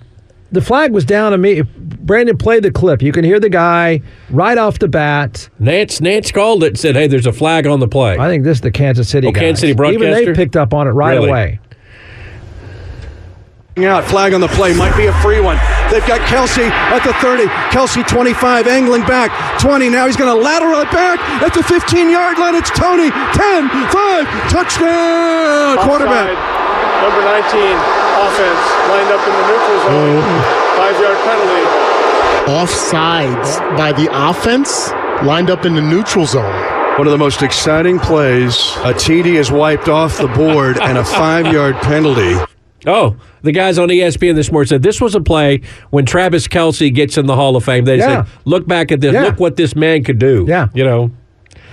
[SPEAKER 3] The flag was down to me. Brandon played the clip. You can hear the guy right off the bat.
[SPEAKER 2] Nance Nance called it and said, "Hey, there's a flag on the play."
[SPEAKER 3] I think this is the Kansas City
[SPEAKER 2] Oh,
[SPEAKER 3] guys.
[SPEAKER 2] Kansas City
[SPEAKER 3] Even they
[SPEAKER 2] broadcaster?
[SPEAKER 3] picked up on it right
[SPEAKER 2] Really?
[SPEAKER 3] away.
[SPEAKER 4] out. Flag on the play might be a free one. They've got Kelsey at the 30. Kelsey 25, angling back. 20. Now he's going to lateral it back at the 15 yard line. It's Tony. 10, 5, touchdown. Quarterback.
[SPEAKER 5] Number 19, offense, lined up in the neutral zone.
[SPEAKER 4] Oh.
[SPEAKER 5] Five yard penalty.
[SPEAKER 6] Offsides by the offense lined up in the neutral zone.
[SPEAKER 4] One of the most exciting plays. A TD is wiped off the board and a five yard penalty.
[SPEAKER 2] Oh, the guys on ESPN this morning said this was a play when Travis Kelsey gets in the Hall of Fame. They
[SPEAKER 3] Yeah.
[SPEAKER 2] said, look back at this.
[SPEAKER 3] Yeah.
[SPEAKER 2] Look what this man could do.
[SPEAKER 3] Yeah.
[SPEAKER 2] You know?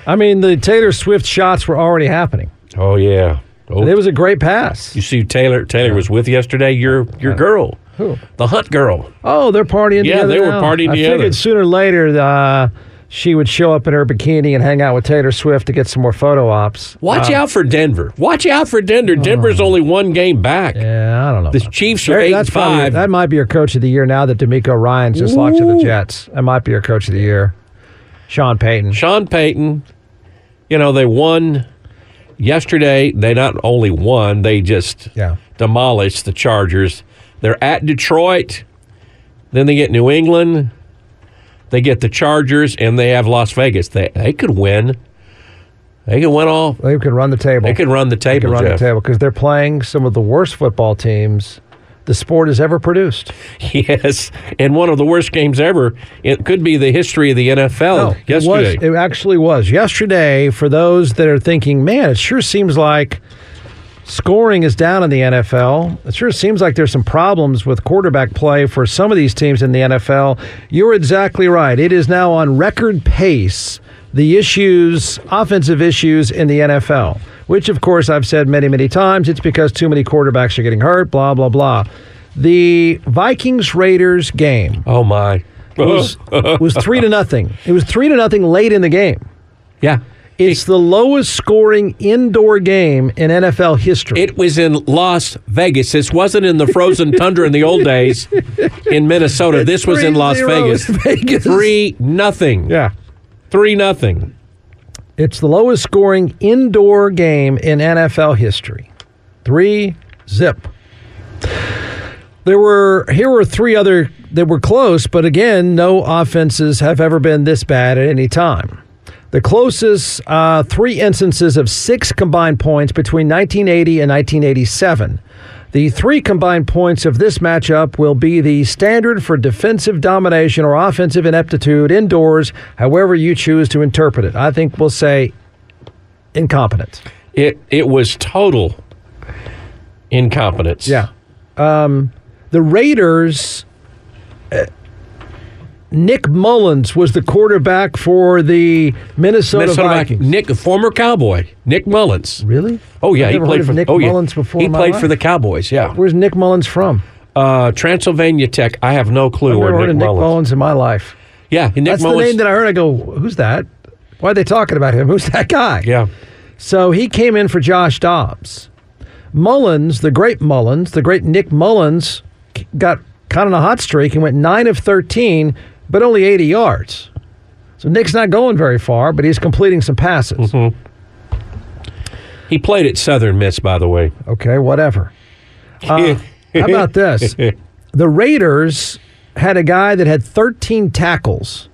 [SPEAKER 3] I mean, the Taylor Swift shots were already happening.
[SPEAKER 2] Oh, yeah. Oh,
[SPEAKER 3] It was a great pass.
[SPEAKER 2] you see Taylor Taylor was with yesterday, your your girl.
[SPEAKER 3] Who?
[SPEAKER 2] The Hunt girl.
[SPEAKER 3] Oh, they're partying
[SPEAKER 2] Yeah,
[SPEAKER 3] together.
[SPEAKER 2] they were
[SPEAKER 3] now.
[SPEAKER 2] partying
[SPEAKER 3] I
[SPEAKER 2] together.
[SPEAKER 3] figured sooner or later uh, she would show up in her bikini and hang out with Taylor Swift to get some more photo ops.
[SPEAKER 2] Watch out for Denver. Watch out for Denver. Denver's only one game back.
[SPEAKER 3] Oh. Yeah, I don't know.
[SPEAKER 2] The
[SPEAKER 3] about
[SPEAKER 2] Chiefs
[SPEAKER 3] that.
[SPEAKER 2] are eight
[SPEAKER 3] that's
[SPEAKER 2] and
[SPEAKER 3] probably-
[SPEAKER 2] five.
[SPEAKER 3] that might be your coach of the year now that D'Amico Ryan's just locked to the Jets. That might be your coach of the year. Sean Payton.
[SPEAKER 2] Sean Payton, you know, they won yesterday. They not only won, they just
[SPEAKER 3] Yeah.
[SPEAKER 2] demolished the Chargers. They're at Detroit. Then they get New England. They get the Chargers, and they have Las Vegas. They they could win. They could win all.
[SPEAKER 3] They could run the table.
[SPEAKER 2] They could run the
[SPEAKER 3] They could
[SPEAKER 2] table.
[SPEAKER 3] run
[SPEAKER 2] Jeff.
[SPEAKER 3] the table because they're playing some of the worst football teams the sport has ever produced.
[SPEAKER 2] Yes, and one of the worst games ever. It could be the history of the NFL. yesterday,
[SPEAKER 3] It, was, it actually was. Yesterday, for those that are thinking, man, it sure seems like scoring is down in the NFL. It sure seems like there's some problems with quarterback play for some of these teams in the NFL. You're exactly right. It is now on record pace, the issues, offensive issues in the NFL, which, of course, I've said many, many times, it's because too many quarterbacks are getting hurt, blah, blah, blah. The Vikings Raiders game
[SPEAKER 2] oh my.
[SPEAKER 3] was was three to nothing. It was three to nothing late in the game.
[SPEAKER 2] yeah,
[SPEAKER 3] It's the lowest scoring indoor game in NFL history.
[SPEAKER 2] It was in Las Vegas. This wasn't in the frozen tundra in the old days in Minnesota. This was in Las
[SPEAKER 3] 3-0
[SPEAKER 2] Vegas.
[SPEAKER 3] in Vegas.
[SPEAKER 2] Three nothing.
[SPEAKER 3] yeah.
[SPEAKER 2] Three nothing.
[SPEAKER 3] It's the lowest scoring indoor game in NFL history. Three zip. There were here were three other that were close, but again, no offenses have ever been this bad at any time. The closest uh, three instances of six combined points between 1980 and 1987. The three combined points of this matchup will be the standard for defensive domination or offensive ineptitude indoors, however you choose to interpret it. I think we'll say incompetent.
[SPEAKER 2] It it was total incompetence.
[SPEAKER 3] Yeah. Um, the Raiders, uh, Nick Mullins was the quarterback for the Minnesota,
[SPEAKER 2] Minnesota
[SPEAKER 3] Vikings.
[SPEAKER 2] Vikings. Nick, former Cowboy, Nick Mullins.
[SPEAKER 3] Really?
[SPEAKER 2] Oh yeah,
[SPEAKER 3] I've
[SPEAKER 2] he
[SPEAKER 3] never
[SPEAKER 2] played
[SPEAKER 3] heard of
[SPEAKER 2] for
[SPEAKER 3] Nick
[SPEAKER 2] oh, yeah.
[SPEAKER 3] Mullins before.
[SPEAKER 2] He
[SPEAKER 3] in my
[SPEAKER 2] played for the
[SPEAKER 3] life.
[SPEAKER 2] Cowboys. Yeah,
[SPEAKER 3] Where's Nick Mullins from?
[SPEAKER 2] uh, Transylvania Tech. I have no clue
[SPEAKER 3] I've
[SPEAKER 2] where
[SPEAKER 3] never
[SPEAKER 2] Nick,
[SPEAKER 3] heard of Nick
[SPEAKER 2] Mullins.
[SPEAKER 3] Mullins in my life.
[SPEAKER 2] Yeah, Nick
[SPEAKER 3] That's
[SPEAKER 2] Mullins.
[SPEAKER 3] the name that I heard. I go, who's that? Why are they talking about him? Who's that guy?
[SPEAKER 2] yeah,
[SPEAKER 3] So he came in for Josh Dobbs. Mullins, the great Mullins, the great Nick Mullins, got caught on a hot streak and went 9 of 13, but only 80 yards. So Nick's not going very far, but he's completing some passes.
[SPEAKER 2] Mm-hmm. he played at Southern Miss, by the way.
[SPEAKER 3] Okay, whatever. Uh, how about this?
[SPEAKER 2] Eh,
[SPEAKER 3] The Raiders had a guy that had 13 tackles,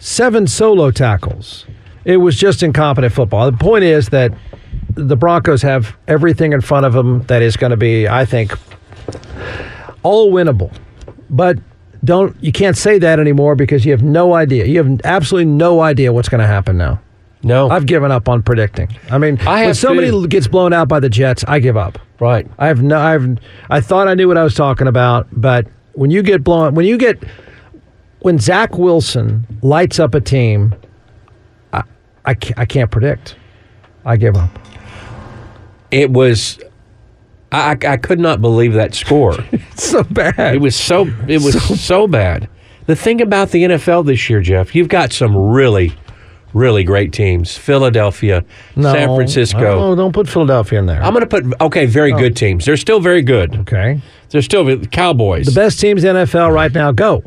[SPEAKER 3] seven solo tackles. It was just incompetent football. The point is that the Broncos have everything in front of them that is going to be, I think, all winnable. But don't you can't say that anymore because you have no idea. You have absolutely no idea what's going to happen now.
[SPEAKER 2] No,
[SPEAKER 3] I've given up on predicting. I mean,
[SPEAKER 2] I
[SPEAKER 3] when
[SPEAKER 2] have
[SPEAKER 3] somebody
[SPEAKER 2] too.
[SPEAKER 3] gets blown out by the Jets, I give up.
[SPEAKER 2] right.
[SPEAKER 3] I have no. I've. I thought I knew what I was talking about, but when you get blown, when you get, when Zach Wilson lights up a team, I, I, can't, I can't predict. I give up.
[SPEAKER 2] It was. I, I I could not believe that score.
[SPEAKER 3] It's so bad.
[SPEAKER 2] It was so it was so, bad. The thing about the NFL this year, Jeff, you've got some really, really great teams. Philadelphia, San Francisco.
[SPEAKER 3] No, Oh, don't put Philadelphia in there.
[SPEAKER 2] I'm going to put okay, very good teams. They're still very good.
[SPEAKER 3] okay.
[SPEAKER 2] They're still the Cowboys,
[SPEAKER 3] Best teams in NFL right now. Go.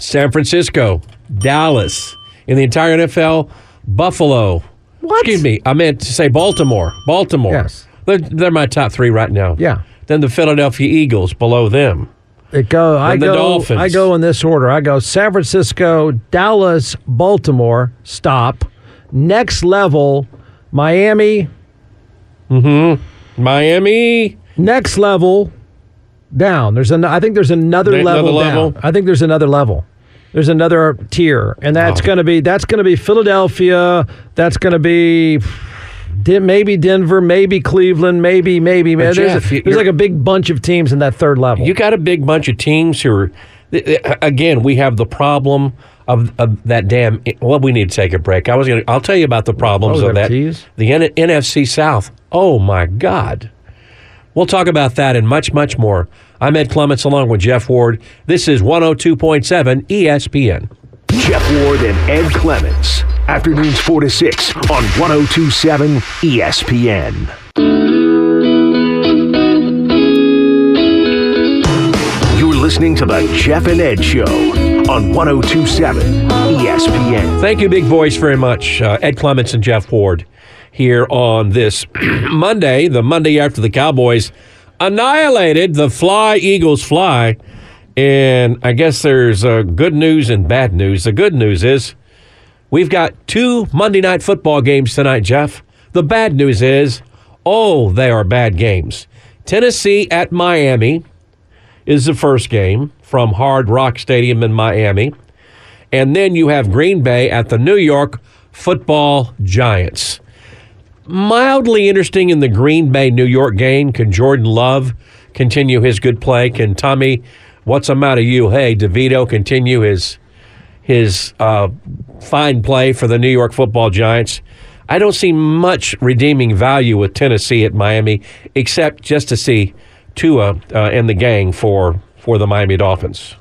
[SPEAKER 2] San Francisco, Dallas, in the entire NFL, Buffalo.
[SPEAKER 3] What?
[SPEAKER 2] Excuse me, I meant to say Baltimore. Baltimore.
[SPEAKER 3] Yes.
[SPEAKER 2] They're, they're my top three right now.
[SPEAKER 3] Yeah.
[SPEAKER 2] Then the Philadelphia Eagles below them.
[SPEAKER 3] It go. I
[SPEAKER 2] the
[SPEAKER 3] go.
[SPEAKER 2] Dolphins.
[SPEAKER 3] I go in this order. I go San Francisco, Dallas, Baltimore. Stop. Next level, Miami.
[SPEAKER 2] Miami.
[SPEAKER 3] Next level, down. There's an. I think there's another
[SPEAKER 2] There's
[SPEAKER 3] level
[SPEAKER 2] another
[SPEAKER 3] down.
[SPEAKER 2] level?
[SPEAKER 3] I think there's another level. There's another tier, and that's
[SPEAKER 2] Wow.
[SPEAKER 3] going to be that's going to be Philadelphia. That's going to be. Den- Maybe Denver, maybe Cleveland, maybe maybe.
[SPEAKER 2] But
[SPEAKER 3] There's, a-
[SPEAKER 2] Jeff, you-
[SPEAKER 3] there's
[SPEAKER 2] you're-
[SPEAKER 3] like a big bunch of teams in that third level.
[SPEAKER 2] You got a big bunch of teams who are. th- th- Again, we have the problem of, of that damn. Well, we need to take a break. I was gonna. I'll tell you about the problems
[SPEAKER 3] Oh,
[SPEAKER 2] of that.
[SPEAKER 3] NFTs?
[SPEAKER 2] The N- NFC South. Oh my God. We'll talk about that and much, much more. I'm Ed Clements along with Jeff Ward. This is 102.7 ESPN.
[SPEAKER 1] Jeff Ward and Ed Clements. Afternoons 4 to 6 on 1027 ESPN. You're listening to The Jeff and Ed Show on 1027 ESPN.
[SPEAKER 2] Thank you, Big Voice, very much. Uh, Ed Clements and Jeff Ward here on this Monday, the Monday after the Cowboys annihilated the Fly Eagles Fly. And I guess there's uh, good news and bad news. The good news is we've got two Monday night football games tonight, Jeff. The bad news is, oh, they are bad games. Tennessee at Miami is the first game from Hard Rock Stadium in Miami. And then you have Green Bay at the New York football giants. Mildly interesting in the Green Bay New York game. Can Jordan Love continue his good play? Can Tommy, what's the matter you? Hey, DeVito continue his his uh, fine play for the New York football giants. I don't see much redeeming value with Tennessee at Miami, except just to see Tua uh, and the gang for for the Miami Dolphins.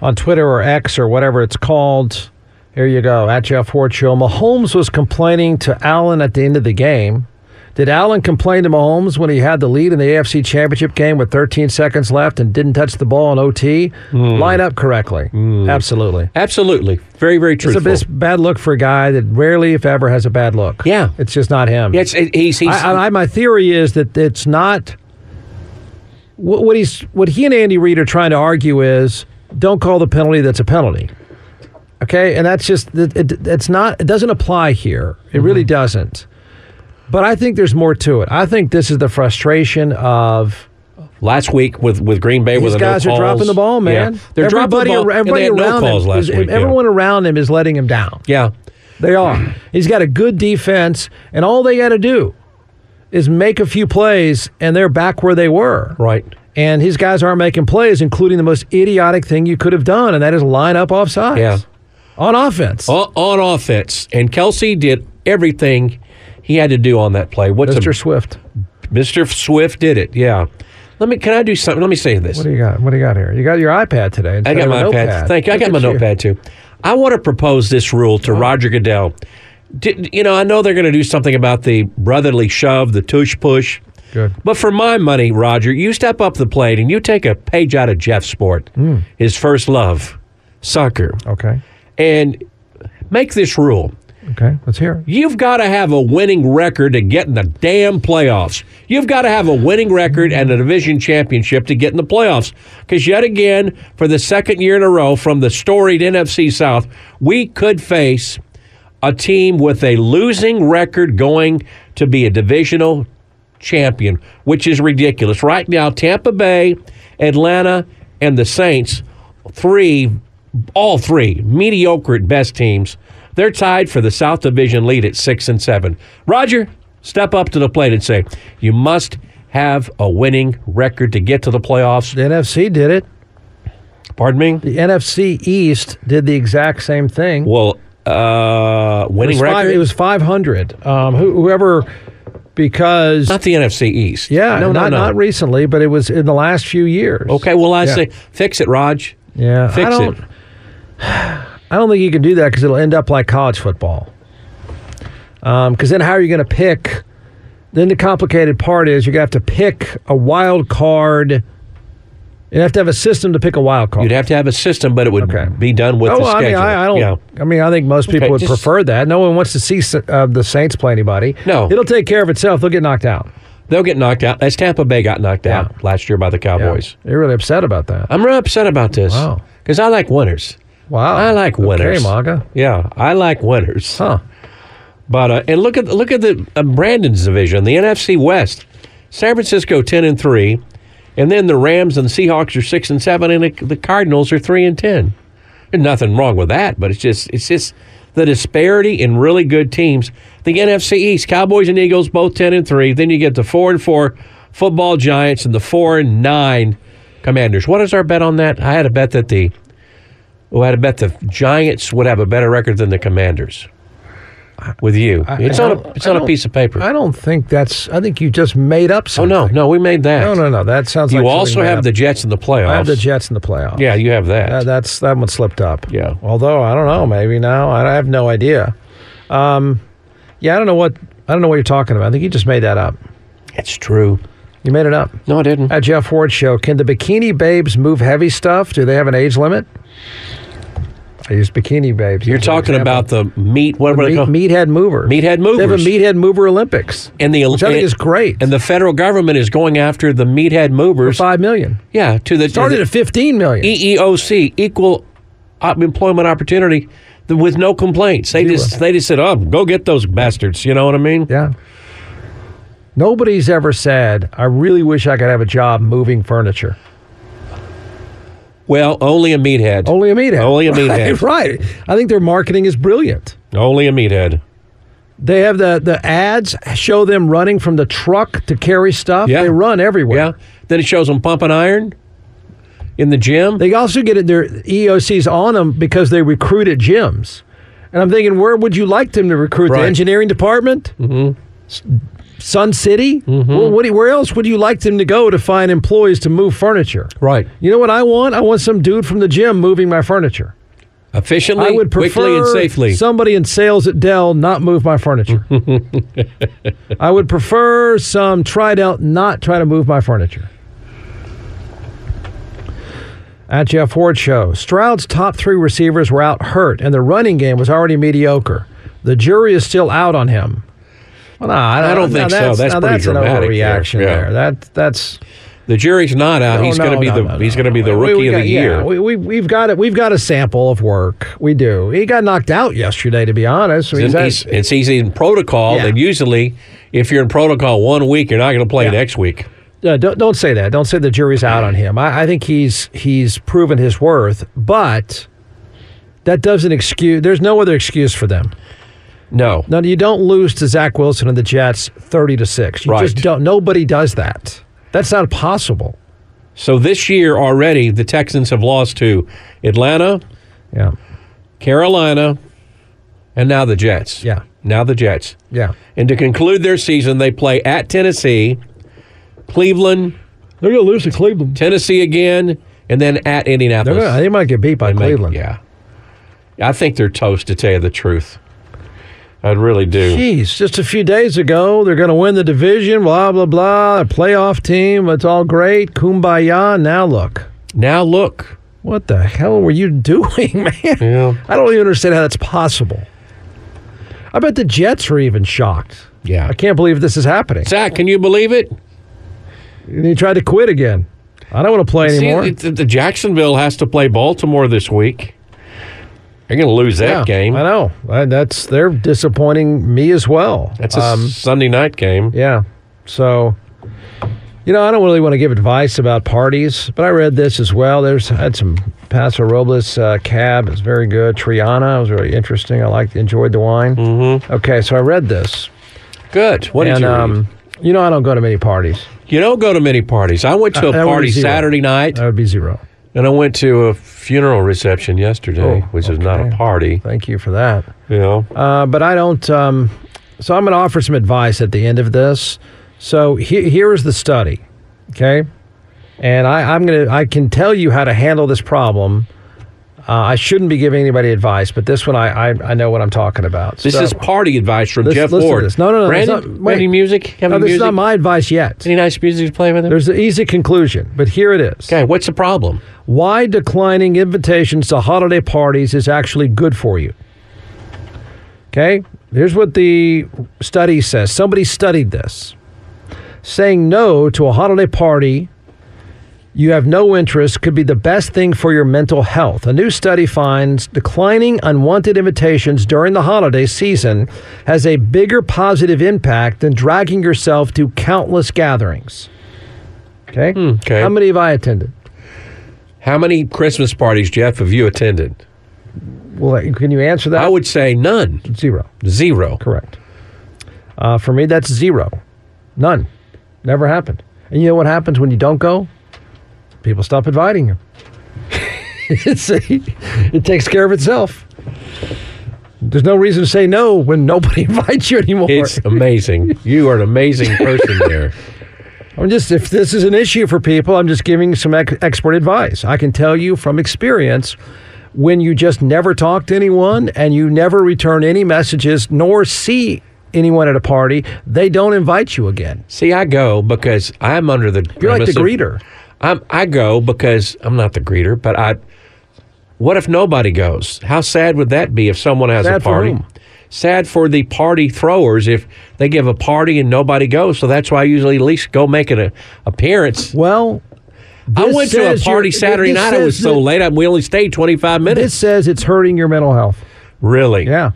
[SPEAKER 3] on Twitter or X or whatever it's called. Here you go, at Jeff Hort Show. Mahomes was complaining to Allen at the end of the game. Did Allen complain to Mahomes when he had the lead in the AFC Championship game with 13 seconds left and didn't touch the ball in OT?
[SPEAKER 2] Hmm.
[SPEAKER 3] Line up correctly. Absolutely.
[SPEAKER 2] Absolutely, very very
[SPEAKER 3] It's a
[SPEAKER 2] Hmm. truthful.
[SPEAKER 3] bit bad look for a guy that rarely, if ever, has a bad look.
[SPEAKER 2] Yeah.
[SPEAKER 3] It's just not him.
[SPEAKER 2] Yeah, it's, it, he's, he's
[SPEAKER 3] I, I, my theory is that it's not what, what he's what he and Andy Reid are trying to argue is don't call the penalty that's a penalty. Okay, and that's just it, it, it's not it doesn't apply here. It
[SPEAKER 2] Mm-hmm.
[SPEAKER 3] really doesn't. But I think there's more to it. I think this is the frustration of
[SPEAKER 2] last week with with Green Bay with
[SPEAKER 3] these
[SPEAKER 2] the
[SPEAKER 3] guys
[SPEAKER 2] no
[SPEAKER 3] are dropping
[SPEAKER 2] calls.
[SPEAKER 3] the ball, man.
[SPEAKER 2] Yeah. They're
[SPEAKER 3] everybody
[SPEAKER 2] dropping the ball.
[SPEAKER 3] ar-
[SPEAKER 2] and they
[SPEAKER 3] everybody
[SPEAKER 2] had no
[SPEAKER 3] around
[SPEAKER 2] calls
[SPEAKER 3] him
[SPEAKER 2] last
[SPEAKER 3] is-
[SPEAKER 2] week. yeah.
[SPEAKER 3] Everyone around him is letting him down.
[SPEAKER 2] yeah.
[SPEAKER 3] They are. He's got a good defense, and all they got to do is make a few plays, and they're back where they were.
[SPEAKER 2] right.
[SPEAKER 3] And his guys aren't making plays, including the most idiotic thing you could have done, and that is line up offsides.
[SPEAKER 2] Yeah. Oh,
[SPEAKER 3] On offense.
[SPEAKER 2] O- on offense, and Kelsey did everything he had to do on that play. What's
[SPEAKER 3] Mr.
[SPEAKER 2] A,
[SPEAKER 3] Swift,
[SPEAKER 2] Mr. Swift did it. Yeah. Let me. Can I do something? Let me say this.
[SPEAKER 3] what do you got? What do you got here? You got your iPad today.
[SPEAKER 2] I
[SPEAKER 3] instead
[SPEAKER 2] got
[SPEAKER 3] of a
[SPEAKER 2] my notepad.
[SPEAKER 3] notepad.
[SPEAKER 2] Thank you. I got
[SPEAKER 3] Look
[SPEAKER 2] my
[SPEAKER 3] at you.
[SPEAKER 2] notepad too. I want to propose this rule to Roger Goodell. Did, you know, I know they're going to do something about the brotherly shove, the tush push.
[SPEAKER 3] Good.
[SPEAKER 2] But for my money, Roger, you step up the plate and you take a page out of Jeff's sport, his first love, soccer,
[SPEAKER 3] Okay.
[SPEAKER 2] and make this rule.
[SPEAKER 3] Okay. Let's hear it.
[SPEAKER 2] You've got to have a winning record to get in the damn playoffs. You've got to have a winning record and a division championship to get in the playoffs. Because yet again, for the second year in a row from the storied NFC South, we could face a team with a losing record going to be a divisional champion, which is ridiculous. Right now, Tampa Bay, Atlanta, and the Saints, three, all three mediocre at best teams. They're tied for the South Division lead at six and seven. Roger, step up to the plate and say, you must have a winning record to get to the playoffs.
[SPEAKER 3] The NFC did it.
[SPEAKER 2] Pardon me?
[SPEAKER 3] The NFC East did the exact same thing.
[SPEAKER 2] Well, uh, winning
[SPEAKER 3] it was
[SPEAKER 2] record?
[SPEAKER 3] five, it was 500. Um, who, whoever, because
[SPEAKER 2] not the NFC East.
[SPEAKER 3] Yeah,
[SPEAKER 2] no,
[SPEAKER 3] not,
[SPEAKER 2] no, no.
[SPEAKER 3] not recently, but it was in the last few years.
[SPEAKER 2] okay, well, I
[SPEAKER 3] Yeah.
[SPEAKER 2] say, fix it, Raj.
[SPEAKER 3] Yeah,
[SPEAKER 2] Fix
[SPEAKER 3] I don't,
[SPEAKER 2] it.
[SPEAKER 3] I don't think you can do that because it'll end up like college football. Because then, how are you going to pick? Then the complicated part is you're going to have to pick a wild card. You have to have a system to pick a wild card.
[SPEAKER 2] You'd have to have a system, but it would
[SPEAKER 3] Okay.
[SPEAKER 2] be done with
[SPEAKER 3] oh,
[SPEAKER 2] the
[SPEAKER 3] I mean,
[SPEAKER 2] schedule.
[SPEAKER 3] I, I don't.
[SPEAKER 2] Yeah.
[SPEAKER 3] I mean, I think most people
[SPEAKER 2] Okay,
[SPEAKER 3] would
[SPEAKER 2] just-
[SPEAKER 3] prefer that. No one wants to see S- uh, the Saints play anybody.
[SPEAKER 2] No.
[SPEAKER 3] it'll take care of itself. They'll get knocked out.
[SPEAKER 2] They'll get knocked out, as Tampa Bay got knocked out last year by the
[SPEAKER 3] Yeah.
[SPEAKER 2] Cowboys.
[SPEAKER 3] They're really upset about that.
[SPEAKER 2] I'm real upset about this.
[SPEAKER 3] Wow.
[SPEAKER 2] Because I like winners.
[SPEAKER 3] Wow.
[SPEAKER 2] I like winners.
[SPEAKER 3] Okay, MAGA.
[SPEAKER 2] Yeah, I like winners.
[SPEAKER 3] Huh.
[SPEAKER 2] But uh, and look at look at the uh, Brandon's division, the NFC West. San Francisco ten and three, and then the Rams and the Seahawks are six and seven, and the, the Cardinals are three and ten. There's nothing wrong with that, but it's just it's just the disparity in really good teams. The NFC East, Cowboys and Eagles both ten and three. Then you get the four and four football Giants and the four and nine Commanders. What is our bet on that? I had a bet that the well, I had a bet the Giants would have a better record than the Commanders. With you,
[SPEAKER 3] I-
[SPEAKER 2] it's
[SPEAKER 3] I
[SPEAKER 2] on a
[SPEAKER 3] don't-
[SPEAKER 2] it's
[SPEAKER 3] I
[SPEAKER 2] on a
[SPEAKER 3] don't-
[SPEAKER 2] piece of paper.
[SPEAKER 3] I don't think that's. I think you just made up
[SPEAKER 2] Oh
[SPEAKER 3] something.
[SPEAKER 2] no, no, we made that.
[SPEAKER 3] No, no, no. That sounds like
[SPEAKER 2] You
[SPEAKER 3] something
[SPEAKER 2] also
[SPEAKER 3] made
[SPEAKER 2] have
[SPEAKER 3] up.
[SPEAKER 2] the Jets in the playoffs.
[SPEAKER 3] I have the Jets in the playoffs.
[SPEAKER 2] Yeah, you have that.
[SPEAKER 3] That, that's that one slipped up.
[SPEAKER 2] Yeah.
[SPEAKER 3] Although I don't know, maybe now I I have no idea. Um, yeah, I don't know what I don't know what you're talking about. I think you just made that up.
[SPEAKER 2] It's true.
[SPEAKER 3] You made it up.
[SPEAKER 2] No, I didn't.
[SPEAKER 3] At Jeff Ward show, can the bikini babes move heavy stuff? Do they have an age limit? I use bikini babes.
[SPEAKER 2] You're
[SPEAKER 3] as an
[SPEAKER 2] talking
[SPEAKER 3] example.
[SPEAKER 2] about the meat. What
[SPEAKER 3] The
[SPEAKER 2] were they called?
[SPEAKER 3] meat, meathead mover.
[SPEAKER 2] Meathead
[SPEAKER 3] They have a
[SPEAKER 2] movers.
[SPEAKER 3] meathead mover Olympics,
[SPEAKER 2] And the
[SPEAKER 3] which I think
[SPEAKER 2] and-
[SPEAKER 3] is great.
[SPEAKER 2] And the federal government is going after the meathead movers.
[SPEAKER 3] five million
[SPEAKER 2] Yeah, to the
[SPEAKER 3] started
[SPEAKER 2] the
[SPEAKER 3] at fifteen million.
[SPEAKER 2] E- EEOC equal op- employment opportunity th- with no complaints. They just they just said, "Oh, go get those bastards." You know what I mean?
[SPEAKER 3] Yeah. Nobody's ever said, I really wish I could have a job moving furniture.
[SPEAKER 2] Well, only a meathead.
[SPEAKER 3] Only a meathead.
[SPEAKER 2] Only a
[SPEAKER 3] Right,
[SPEAKER 2] meathead.
[SPEAKER 3] right. I think their marketing is brilliant.
[SPEAKER 2] Only a meathead.
[SPEAKER 3] They have the, the ads show them running from the truck to carry stuff.
[SPEAKER 2] Yeah.
[SPEAKER 3] They run everywhere.
[SPEAKER 2] Yeah. Then it shows them pumping iron in the gym.
[SPEAKER 3] They also get it, their EOCs on them because they recruit at gyms. And I'm thinking, where would you like them to recruit?
[SPEAKER 2] Right.
[SPEAKER 3] The engineering department? Mm-hmm. Sun City?
[SPEAKER 2] Mm-hmm.
[SPEAKER 3] Well, what, do you- where else would you like them to go to find employees to move furniture?
[SPEAKER 2] right.
[SPEAKER 3] You know what I want? I want some dude from the gym moving my furniture.
[SPEAKER 2] Efficiently,
[SPEAKER 3] I would
[SPEAKER 2] quickly,
[SPEAKER 3] prefer
[SPEAKER 2] and safely.
[SPEAKER 3] somebody in sales at Dell not move my furniture. I would prefer some Tridel not try to move my furniture. At Jeff Ward show, Stroud's top three receivers were out hurt, and the running game was already mediocre. The jury is still out on him. Well, no,
[SPEAKER 2] I don't
[SPEAKER 3] now
[SPEAKER 2] think so. That's
[SPEAKER 3] now
[SPEAKER 2] pretty
[SPEAKER 3] that's
[SPEAKER 2] dramatic
[SPEAKER 3] an
[SPEAKER 2] there.
[SPEAKER 3] overreaction
[SPEAKER 2] Yeah.
[SPEAKER 3] there. That that's
[SPEAKER 2] the jury's not out. he's
[SPEAKER 3] no,
[SPEAKER 2] going to be
[SPEAKER 3] no,
[SPEAKER 2] the
[SPEAKER 3] no,
[SPEAKER 2] he's
[SPEAKER 3] no,
[SPEAKER 2] going to be
[SPEAKER 3] no.
[SPEAKER 2] the
[SPEAKER 3] We-
[SPEAKER 2] rookie
[SPEAKER 3] we
[SPEAKER 2] of
[SPEAKER 3] got-
[SPEAKER 2] the
[SPEAKER 3] yeah,
[SPEAKER 2] year.
[SPEAKER 3] we, we, we've got it. We've got a sample of work. We do. He got knocked out yesterday. To be honest, I mean,
[SPEAKER 2] It's-
[SPEAKER 3] that-
[SPEAKER 2] it's, it's easy in protocol,
[SPEAKER 3] Yeah.
[SPEAKER 2] and usually, if you're in protocol one week, you're not going to play next week.
[SPEAKER 3] uh, don't don't say that. Don't say the jury's out on him. I, I think he's he's proven his worth, but that doesn't excuse. There's no other excuse for them.
[SPEAKER 2] No,
[SPEAKER 3] No, you don't lose to Zach Wilson and the Jets thirty to six. You just
[SPEAKER 2] Right.
[SPEAKER 3] don't. Nobody does that. That's not possible.
[SPEAKER 2] So this year already, the Texans have lost to Atlanta,
[SPEAKER 3] Yeah.
[SPEAKER 2] Carolina, and now the Jets.
[SPEAKER 3] Yeah.
[SPEAKER 2] Now the Jets.
[SPEAKER 3] Yeah.
[SPEAKER 2] And to conclude their season, they play at Tennessee, Cleveland,
[SPEAKER 3] They're gonna lose to Cleveland.
[SPEAKER 2] Tennessee again, and then at Indianapolis.
[SPEAKER 3] they might get beat
[SPEAKER 2] They
[SPEAKER 3] by
[SPEAKER 2] make-
[SPEAKER 3] Cleveland.
[SPEAKER 2] yeah. I think they're toast, to tell you the truth. I really do.
[SPEAKER 3] Jeez, just a few days ago, they're going to win the division, blah, blah, blah, a playoff team. It's all great. Kumbaya. Now look.
[SPEAKER 2] Now look.
[SPEAKER 3] What the hell were you doing, man?
[SPEAKER 2] Yeah.
[SPEAKER 3] I don't even understand how that's possible. I bet the Jets were even shocked.
[SPEAKER 2] Yeah.
[SPEAKER 3] I can't believe this is happening.
[SPEAKER 2] Zach, can you believe it?
[SPEAKER 3] And he tried to quit again. I don't want to play
[SPEAKER 2] See,
[SPEAKER 3] anymore.
[SPEAKER 2] it- the Jacksonville has to play Baltimore this week. They're going to lose that
[SPEAKER 3] Yeah,
[SPEAKER 2] game.
[SPEAKER 3] I know. I- That's they're disappointing me as well. Um,
[SPEAKER 2] That's a Sunday night game.
[SPEAKER 3] Yeah. So, you know, I don't really want to give advice about parties, but I read this as well. There's I had some Paso Robles uh, cab. It's very good. Triana was really interesting. I liked, enjoyed the wine. Mm-hmm. Okay, so I read this,
[SPEAKER 2] Good. What did
[SPEAKER 3] and
[SPEAKER 2] you read?
[SPEAKER 3] um, you know, I don't go to many parties.
[SPEAKER 2] You don't go to many parties. I went to a
[SPEAKER 3] That would be
[SPEAKER 2] party
[SPEAKER 3] zero. Uh,
[SPEAKER 2] Saturday night,
[SPEAKER 3] That would be zero.
[SPEAKER 2] and I went to a funeral reception yesterday,
[SPEAKER 3] Oh,
[SPEAKER 2] which is not a
[SPEAKER 3] okay.
[SPEAKER 2] party.
[SPEAKER 3] Thank you for that.
[SPEAKER 2] You know,
[SPEAKER 3] Uh, but I don't. Um, so I'm going to offer some advice at the end of this. So he- here is the study, okay? And I, I'm going to. I can tell you how to handle this problem. Uh, I shouldn't be giving anybody advice, but this one I I, I know what I'm talking about.
[SPEAKER 2] this
[SPEAKER 3] So-
[SPEAKER 2] is party advice from
[SPEAKER 3] Listen-
[SPEAKER 2] Jeff
[SPEAKER 3] listen to
[SPEAKER 2] Ward.
[SPEAKER 3] this. No, no, no, it's
[SPEAKER 2] Brandon,
[SPEAKER 3] not- wait.
[SPEAKER 2] any music? Have
[SPEAKER 3] no,
[SPEAKER 2] any
[SPEAKER 3] this is
[SPEAKER 2] music?
[SPEAKER 3] not my advice yet.
[SPEAKER 2] Any nice music to play with him?
[SPEAKER 3] There's an easy conclusion, but here it is.
[SPEAKER 2] okay, what's the problem?
[SPEAKER 3] Why declining invitations to holiday parties is actually good for you. Okay, here's what the study says somebody studied this. saying no to a holiday party you have no interest could be the best thing for your mental health. A new study finds declining unwanted invitations during the holiday season has a bigger positive impact than dragging yourself to countless gatherings. Okay?
[SPEAKER 2] Okay.
[SPEAKER 3] How many have I attended?
[SPEAKER 2] How many Christmas parties, Jeff, have you attended?
[SPEAKER 3] Well, can you answer that?
[SPEAKER 2] I would say none.
[SPEAKER 3] Zero.
[SPEAKER 2] Zero.
[SPEAKER 3] Correct. Uh, for me, that's zero. None. Never happened. And you know what happens when you don't go? People stop inviting you. it's it takes care of itself. There's no reason to say no when nobody invites you anymore.
[SPEAKER 2] It's amazing. You are an amazing person there.
[SPEAKER 3] I'm just, if this is an issue for people, I'm just giving some ex- expert advice. I can tell you from experience when you just never talk to anyone and you never return any messages nor see anyone at a party, they don't invite you again.
[SPEAKER 2] See, I go because I'm under the.
[SPEAKER 3] You're like
[SPEAKER 2] premise
[SPEAKER 3] the
[SPEAKER 2] of-
[SPEAKER 3] greeter.
[SPEAKER 2] I'm, I go because I'm not the greeter, but I. What if nobody goes? How sad would that be if someone has
[SPEAKER 3] Sad
[SPEAKER 2] a
[SPEAKER 3] for
[SPEAKER 2] party?
[SPEAKER 3] whom?
[SPEAKER 2] Sad for the party throwers if they give a party and nobody goes. So that's why I usually at least go make an a, appearance.
[SPEAKER 3] Well,
[SPEAKER 2] I
[SPEAKER 3] this
[SPEAKER 2] went to a
[SPEAKER 3] says you're-
[SPEAKER 2] party Saturday
[SPEAKER 3] this
[SPEAKER 2] night. I was
[SPEAKER 3] says
[SPEAKER 2] so
[SPEAKER 3] that-
[SPEAKER 2] late. I, we only stayed 25 minutes.
[SPEAKER 3] this says it's hurting your mental health.
[SPEAKER 2] really?
[SPEAKER 3] Yeah.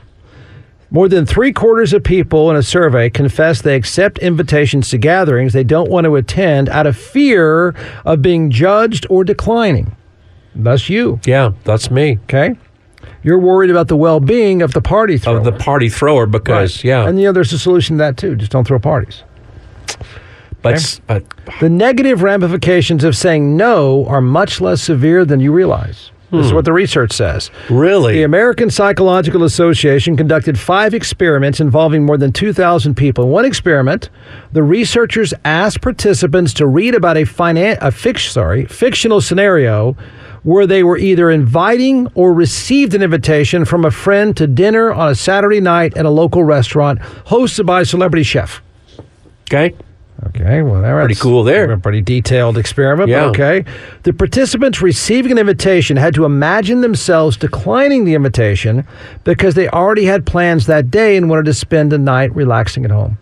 [SPEAKER 3] More than three quarters of people in a survey confess they accept invitations to gatherings they don't want to attend out of fear of being judged or declining. Thus, you.
[SPEAKER 2] Yeah, that's me.
[SPEAKER 3] Okay. You're worried about the well being of the party thrower.
[SPEAKER 2] Of the party thrower because, yeah.
[SPEAKER 3] And you know, there's a solution to that too. Just don't throw parties.
[SPEAKER 2] but, s- uh, but
[SPEAKER 3] The negative ramifications of saying no are much less severe than you realize.
[SPEAKER 2] Hmm.
[SPEAKER 3] This is what the research says.
[SPEAKER 2] really?
[SPEAKER 3] The American Psychological Association conducted five experiments involving more than 2,000 people. In one experiment, the researchers asked participants to read about a, finan- a fic- sorry, fictional scenario where they were either inviting or received an invitation from a friend to dinner on a Saturday night at a local restaurant hosted by a celebrity chef.
[SPEAKER 2] okay.
[SPEAKER 3] Okay, well, that's
[SPEAKER 2] Pretty cool there.
[SPEAKER 3] A pretty detailed experiment,
[SPEAKER 2] Yeah.
[SPEAKER 3] but okay. The participants receiving an invitation had to imagine themselves declining the invitation because they already had plans that day and wanted to spend the night relaxing at home.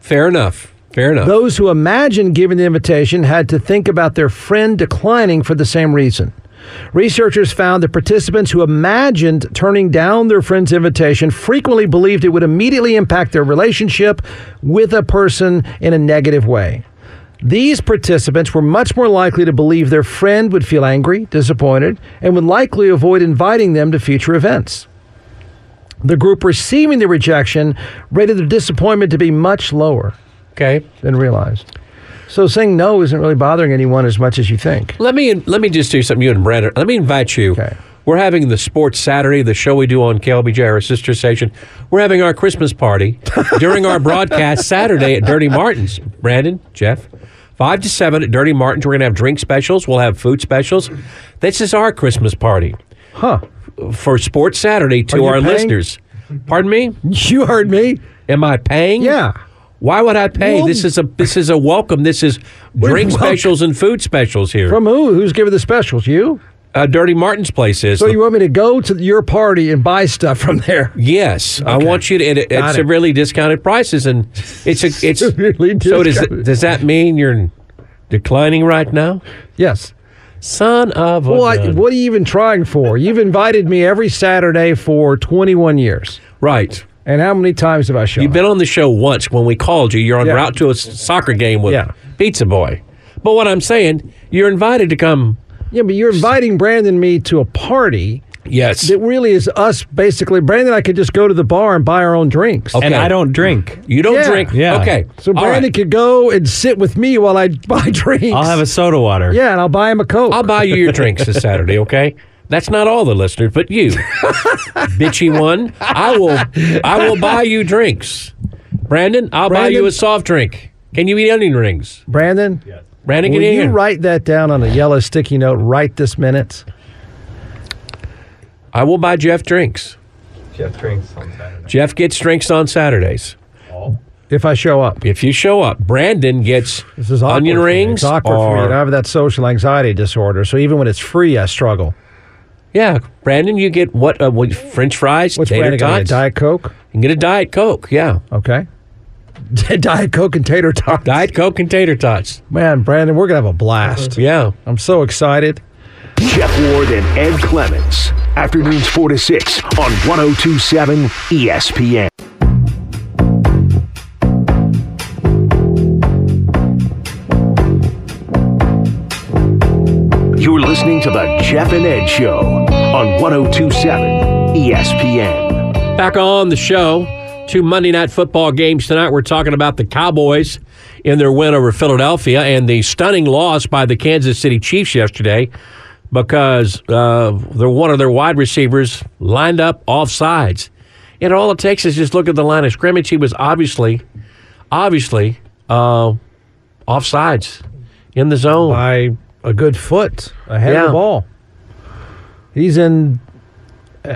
[SPEAKER 2] Fair enough. Fair enough.
[SPEAKER 3] Those who imagined giving the invitation had to think about their friend declining for the same reason. Researchers found that participants who imagined turning down their friend's invitation frequently believed it would immediately impact their relationship with a person in a negative way. These participants were much more likely to believe their friend would feel angry, disappointed, and would likely avoid inviting them to future events. The group receiving the rejection rated the disappointment to be much lower
[SPEAKER 2] okay.
[SPEAKER 3] than realized. So saying no isn't really bothering anyone as much as you think.
[SPEAKER 2] Let me let me just do something. You and Brandon, let me invite you.
[SPEAKER 3] Okay.
[SPEAKER 2] We're having the Sports Saturday, the show we do on KLBJ, our sister station. We're having our Christmas party during our broadcast Saturday at Dirty Martin's. Brandon, Jeff, five to seven at Dirty Martin's. We're gonna have drink specials. We'll have food specials. This is our Christmas party
[SPEAKER 3] Huh.
[SPEAKER 2] for Sports Saturday
[SPEAKER 3] Are
[SPEAKER 2] to
[SPEAKER 3] you
[SPEAKER 2] our
[SPEAKER 3] paying?
[SPEAKER 2] listeners. Pardon me?
[SPEAKER 3] You heard me.
[SPEAKER 2] Am I paying?
[SPEAKER 3] Yeah.
[SPEAKER 2] Why would I pay?
[SPEAKER 3] Well-
[SPEAKER 2] this is a this is a welcome. This is drink
[SPEAKER 3] welcome.
[SPEAKER 2] specials and food specials here.
[SPEAKER 3] From who? Who's giving the specials? You?
[SPEAKER 2] uh, Dirty Martin's place is
[SPEAKER 3] So
[SPEAKER 2] the
[SPEAKER 3] you want me to go to your party and buy stuff from there?
[SPEAKER 2] Yes, I want you to. It,
[SPEAKER 3] Got
[SPEAKER 2] it's
[SPEAKER 3] it.
[SPEAKER 2] a really discounted prices, and it's a it's.
[SPEAKER 3] Severely
[SPEAKER 2] so does
[SPEAKER 3] discounted.
[SPEAKER 2] does that mean you're declining right now,
[SPEAKER 3] Yes.
[SPEAKER 2] son of a?
[SPEAKER 3] Well, I,
[SPEAKER 2] gun.
[SPEAKER 3] what are you even trying for? You've invited me every Saturday for 21 years.
[SPEAKER 2] Right,
[SPEAKER 3] And how many times have I shown?
[SPEAKER 2] you've
[SPEAKER 3] up?
[SPEAKER 2] been on the show once when we called you. You're on
[SPEAKER 3] Yeah.
[SPEAKER 2] route to a s- soccer game with
[SPEAKER 3] Yeah.
[SPEAKER 2] Pizza Boy. But what I'm saying, you're invited to come.
[SPEAKER 3] Yeah, but you're inviting Brandon and me to a party
[SPEAKER 2] Yes,
[SPEAKER 3] that really is us basically. Brandon and I could just go to the bar and buy our own drinks.
[SPEAKER 2] Okay.
[SPEAKER 7] And I don't drink.
[SPEAKER 2] you don't
[SPEAKER 3] Yeah.
[SPEAKER 2] drink.
[SPEAKER 7] Yeah.
[SPEAKER 2] Okay.
[SPEAKER 3] So
[SPEAKER 2] All right.
[SPEAKER 3] Brandon could go and sit with me while I buy drinks.
[SPEAKER 7] I'll have a soda water.
[SPEAKER 3] Yeah, and I'll buy him a Coke.
[SPEAKER 2] I'll buy you your drinks this Saturday, okay? That's not all the listeners, but you, bitchy one. I will, I will buy you drinks. Brandon, I'll buy you
[SPEAKER 3] Brandon?
[SPEAKER 2] a soft drink. Can you eat onion rings?
[SPEAKER 3] Brandon,
[SPEAKER 2] Brandon,
[SPEAKER 3] will
[SPEAKER 2] get in
[SPEAKER 3] you
[SPEAKER 2] here.
[SPEAKER 3] write that down on a yellow sticky note right this minute?
[SPEAKER 2] I will buy Jeff drinks.
[SPEAKER 7] Jeff drinks on Saturday.
[SPEAKER 2] Jeff gets drinks on Saturdays.
[SPEAKER 3] If I show up,
[SPEAKER 2] If you show up, Brandon gets
[SPEAKER 3] this is awkward
[SPEAKER 2] onion
[SPEAKER 3] for me.
[SPEAKER 2] rings.
[SPEAKER 3] It's awkward
[SPEAKER 2] or,
[SPEAKER 3] for you. And I have that social anxiety disorder, so even when it's free, I struggle.
[SPEAKER 2] Yeah, Brandon, you get what? Uh, what French fries,
[SPEAKER 3] What's
[SPEAKER 2] tater
[SPEAKER 3] Brandon gonna get?
[SPEAKER 2] tots.
[SPEAKER 3] Diet Coke?
[SPEAKER 2] You can get a diet coke. Yeah,
[SPEAKER 3] Okay. Diet Coke and tater tot.
[SPEAKER 2] Diet Coke and tater tots.
[SPEAKER 3] Man, Brandon, we're gonna have a blast.
[SPEAKER 2] Yeah.
[SPEAKER 3] I'm so excited.
[SPEAKER 1] Jeff Ward and Ed Clements. Afternoons 4 to 6 on 1027 ESPN. You're listening to The Jeff and Ed Show on 1027 ESPN.
[SPEAKER 2] Back on the show, two Monday night football games tonight. We're talking about the Cowboys in their win over Philadelphia and the stunning loss by the Kansas City Chiefs yesterday because uh, their one of their wide receivers lined up off sides. And all it takes is just look at the line of scrimmage. He was obviously, obviously, uh, off sides in the zone.
[SPEAKER 3] by a good foot ahead of
[SPEAKER 2] Yeah.
[SPEAKER 3] the ball. He's in.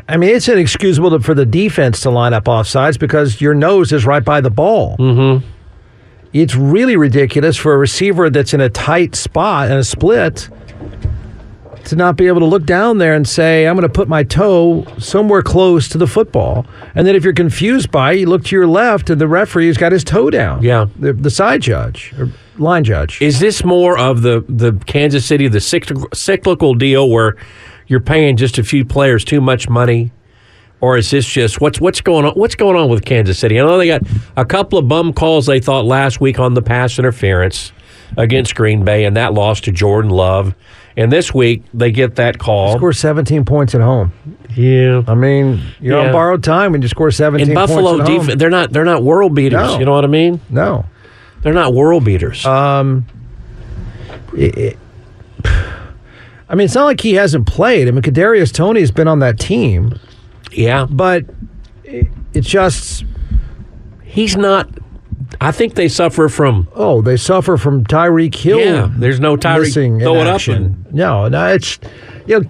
[SPEAKER 3] I mean, it's inexcusable to, for the defense to line up offsides because your nose is right by the ball. Mm-hmm. It's really ridiculous for a receiver that's in a tight spot and a split to not be able to look down there and say, I'm going to put my toe somewhere close to the football. And then if you're confused by it, you look to your left and the referee's got his toe down.
[SPEAKER 2] Yeah.
[SPEAKER 3] The, the side judge or line judge.
[SPEAKER 2] Is this more of the the Kansas City the cyclical, cyclical deal where you're paying just a few players too much money, or is this just what's what's going on? What's going on with Kansas City? I know they got a couple of bum calls they thought last week on the pass interference against Green Bay, and that loss to Jordan Love. And this week they get that call.
[SPEAKER 3] score 17 points at home.
[SPEAKER 2] yeah.
[SPEAKER 3] I mean, you're
[SPEAKER 2] Yeah.
[SPEAKER 3] on borrowed time when you score 17
[SPEAKER 2] And Buffalo
[SPEAKER 3] points at home.
[SPEAKER 2] defense, they're not they're not world beaters.
[SPEAKER 3] No. Uh,
[SPEAKER 2] You know what I mean?
[SPEAKER 3] No.
[SPEAKER 2] They're not world beaters.
[SPEAKER 3] I mean, it's not like he hasn't played. I mean, Kadarius Tony's been on that team,
[SPEAKER 2] yeah,
[SPEAKER 3] but it- it's just
[SPEAKER 2] he's not. I think they suffer from
[SPEAKER 3] oh, they suffer from Tyreek Hill.
[SPEAKER 2] Yeah, there's no Tyreek.
[SPEAKER 3] missing
[SPEAKER 2] Throw
[SPEAKER 3] in
[SPEAKER 2] it up
[SPEAKER 3] action. No, no, it's you know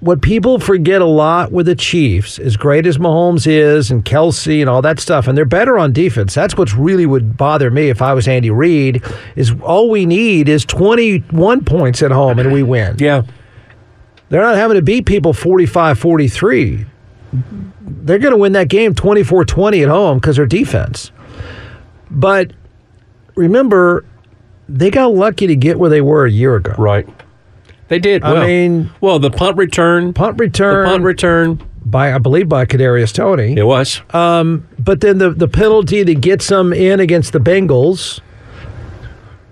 [SPEAKER 3] what people forget a lot with the Chiefs, as great as Mahomes is and Kelsey and all that stuff, and they're better on defense. That's what's really would bother me if I was Andy Reid. Is all we need is twenty one points at home and we win.
[SPEAKER 2] Yeah.
[SPEAKER 3] They're not having to beat people 45 43. They're going to win that game 24 20 at home because their defense. But remember, they got lucky to get where they were a year ago.
[SPEAKER 2] Right. They did.
[SPEAKER 3] I
[SPEAKER 2] well,
[SPEAKER 3] mean-
[SPEAKER 2] well, the punt return,
[SPEAKER 3] Punt
[SPEAKER 2] the
[SPEAKER 3] return, Uh,
[SPEAKER 2] punt return.
[SPEAKER 3] by I believe by Kadarius Tony,
[SPEAKER 2] It was.
[SPEAKER 3] but then the the penalty that gets them in against the Bengals,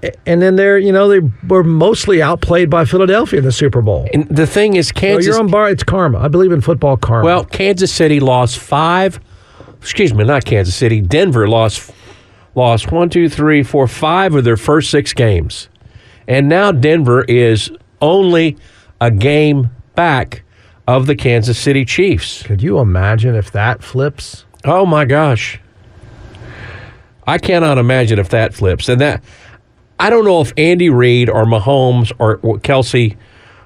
[SPEAKER 3] A- and then they're you know they were mostly outplayed by Philadelphia in the Super Bowl.
[SPEAKER 2] and the thing is,
[SPEAKER 3] So
[SPEAKER 2] Kansas.
[SPEAKER 3] you're on bar. It's karma. I believe in football karma.
[SPEAKER 2] well, Kansas City lost five. Excuse me, not Kansas City. Denver lost lost one, two, three, four, five of their first six games, and now Denver is only a game back of the Kansas City Chiefs.
[SPEAKER 3] could you imagine if that flips?
[SPEAKER 2] Oh my gosh. I cannot imagine if that flips. And that I don't know if Andy Reid or Mahomes or Kelsey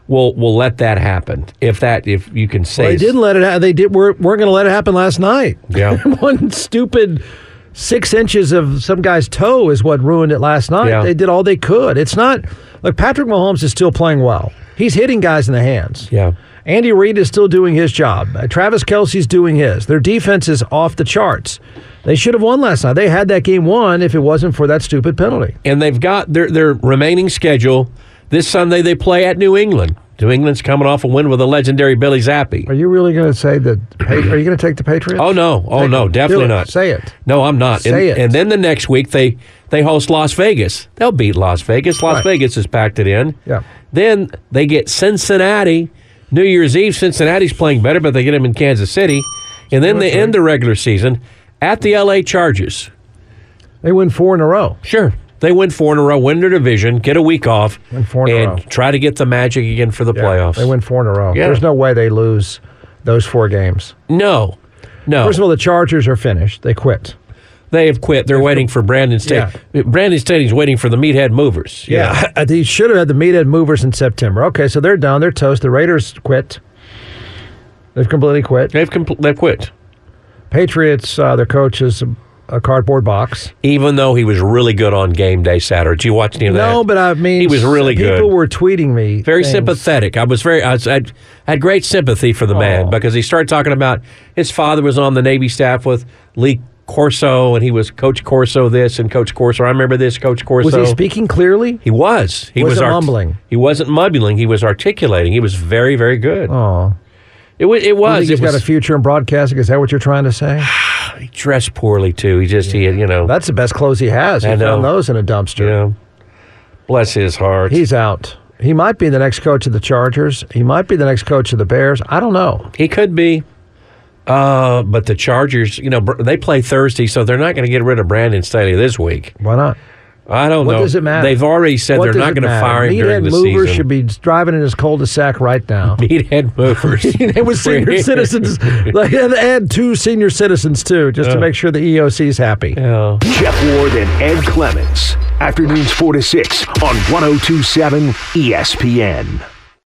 [SPEAKER 2] will will let that happen. If that if you can say
[SPEAKER 3] They didn't let it. Ha- they did. We're we're going to let it happen last night.
[SPEAKER 2] Yeah.
[SPEAKER 3] One stupid six inches of some guy's toe is what ruined it last night.
[SPEAKER 2] Yeah.
[SPEAKER 3] They did all they could. It's not like Patrick Mahomes is still playing well. He's hitting guys in the hands.
[SPEAKER 2] Yeah.
[SPEAKER 3] Andy Reid is still doing his job. Uh, Travis Kelsey's doing his. Their defense is off the charts. They should have won last night. They had that game won if it wasn't for that stupid penalty.
[SPEAKER 2] and they've got their their remaining schedule. This Sunday they play at New England. New England's coming off a win with the legendary Billy Zappi.
[SPEAKER 3] Are you really going to say that? Are you going to take the Patriots?
[SPEAKER 2] Oh no! Oh
[SPEAKER 3] Take
[SPEAKER 2] no!
[SPEAKER 3] it.
[SPEAKER 2] Definitely
[SPEAKER 3] Do it.
[SPEAKER 2] not.
[SPEAKER 3] Say it.
[SPEAKER 2] No, I'm not.
[SPEAKER 3] Say
[SPEAKER 2] and,
[SPEAKER 3] it.
[SPEAKER 2] and then the next week they they host Las Vegas. They'll beat Las Vegas. Las
[SPEAKER 3] Right.
[SPEAKER 2] Vegas is packed it in.
[SPEAKER 3] Yeah.
[SPEAKER 2] Then they get Cincinnati. New Year's Eve, Cincinnati's playing better, but they get them in Kansas City, and then they end the regular season at the L.A. Chargers.
[SPEAKER 3] They win four in a row.
[SPEAKER 2] Sure. They win four in a row, win their division, get a week off,
[SPEAKER 3] Win four in a
[SPEAKER 2] and
[SPEAKER 3] row.
[SPEAKER 2] try to get the magic again for the
[SPEAKER 3] Yeah,
[SPEAKER 2] playoffs.
[SPEAKER 3] They win four in a row.
[SPEAKER 2] Yeah.
[SPEAKER 3] There's no way they lose those four games.
[SPEAKER 2] No, no.
[SPEAKER 3] First of all, the Chargers are finished. They quit.
[SPEAKER 2] they have quit. They're waiting for Brandon State. Brandon State is waiting for the meathead movers. you know.
[SPEAKER 3] I think you Uh, should have had the meathead movers in September. Okay, so they're done. They're toast. The Raiders quit. They've completely quit.
[SPEAKER 2] They've compl- they've quit.
[SPEAKER 3] Patriots, uh, their coach is a- a cardboard box.
[SPEAKER 2] Even though he was really good on game day Saturday. Did you watch any of that?
[SPEAKER 3] No, but I mean,
[SPEAKER 2] He was really
[SPEAKER 3] people
[SPEAKER 2] good.
[SPEAKER 3] People were tweeting me.
[SPEAKER 2] very
[SPEAKER 3] things.
[SPEAKER 2] sympathetic. I was very I, was, I had great sympathy for the man because he started talking about his father was on the Navy staff with Lee Corso, and he was Coach Corso this and Coach Corso. I remember this, Coach Corso.
[SPEAKER 3] Was he speaking clearly?
[SPEAKER 2] He was. He was
[SPEAKER 3] Wasn't mumbling.
[SPEAKER 2] He wasn't mumbling. He was articulating. He was very, very good.
[SPEAKER 3] Oh,
[SPEAKER 2] It was. It
[SPEAKER 3] you
[SPEAKER 2] was.
[SPEAKER 3] think
[SPEAKER 2] It
[SPEAKER 3] he's
[SPEAKER 2] was
[SPEAKER 3] got a future in broadcasting? Is that what you're trying to say?
[SPEAKER 2] he dressed poorly too. He just. He. You know.
[SPEAKER 3] That's the best clothes he has. He
[SPEAKER 2] I know.
[SPEAKER 3] found those in a dumpster.
[SPEAKER 2] you know. Bless his heart.
[SPEAKER 3] He's out. He might be the next coach of the Chargers. He might be the next coach of the Bears. I don't know.
[SPEAKER 2] He could be. Uh, but the Chargers, you know, br- they play Thursday, so they're not going to get rid of Brandon Staley this week.
[SPEAKER 3] Why not?
[SPEAKER 2] I don't
[SPEAKER 3] What
[SPEAKER 2] know.
[SPEAKER 3] does it matter?
[SPEAKER 2] They've already said
[SPEAKER 3] What
[SPEAKER 2] they're
[SPEAKER 3] does
[SPEAKER 2] not
[SPEAKER 3] it
[SPEAKER 2] going to
[SPEAKER 3] matter?
[SPEAKER 2] fire him during
[SPEAKER 3] Meathead
[SPEAKER 2] the
[SPEAKER 3] movers
[SPEAKER 2] season.
[SPEAKER 3] should be driving in his cul-de-sac right now.
[SPEAKER 2] Meathead movers.
[SPEAKER 3] they were senior citizens. Like, and add two senior citizens too, just to make sure the EOC's happy.
[SPEAKER 2] Yeah.
[SPEAKER 1] Jeff Ward and Ed oh E Clements. Afternoons 4 to 6 on 1027 ESPN.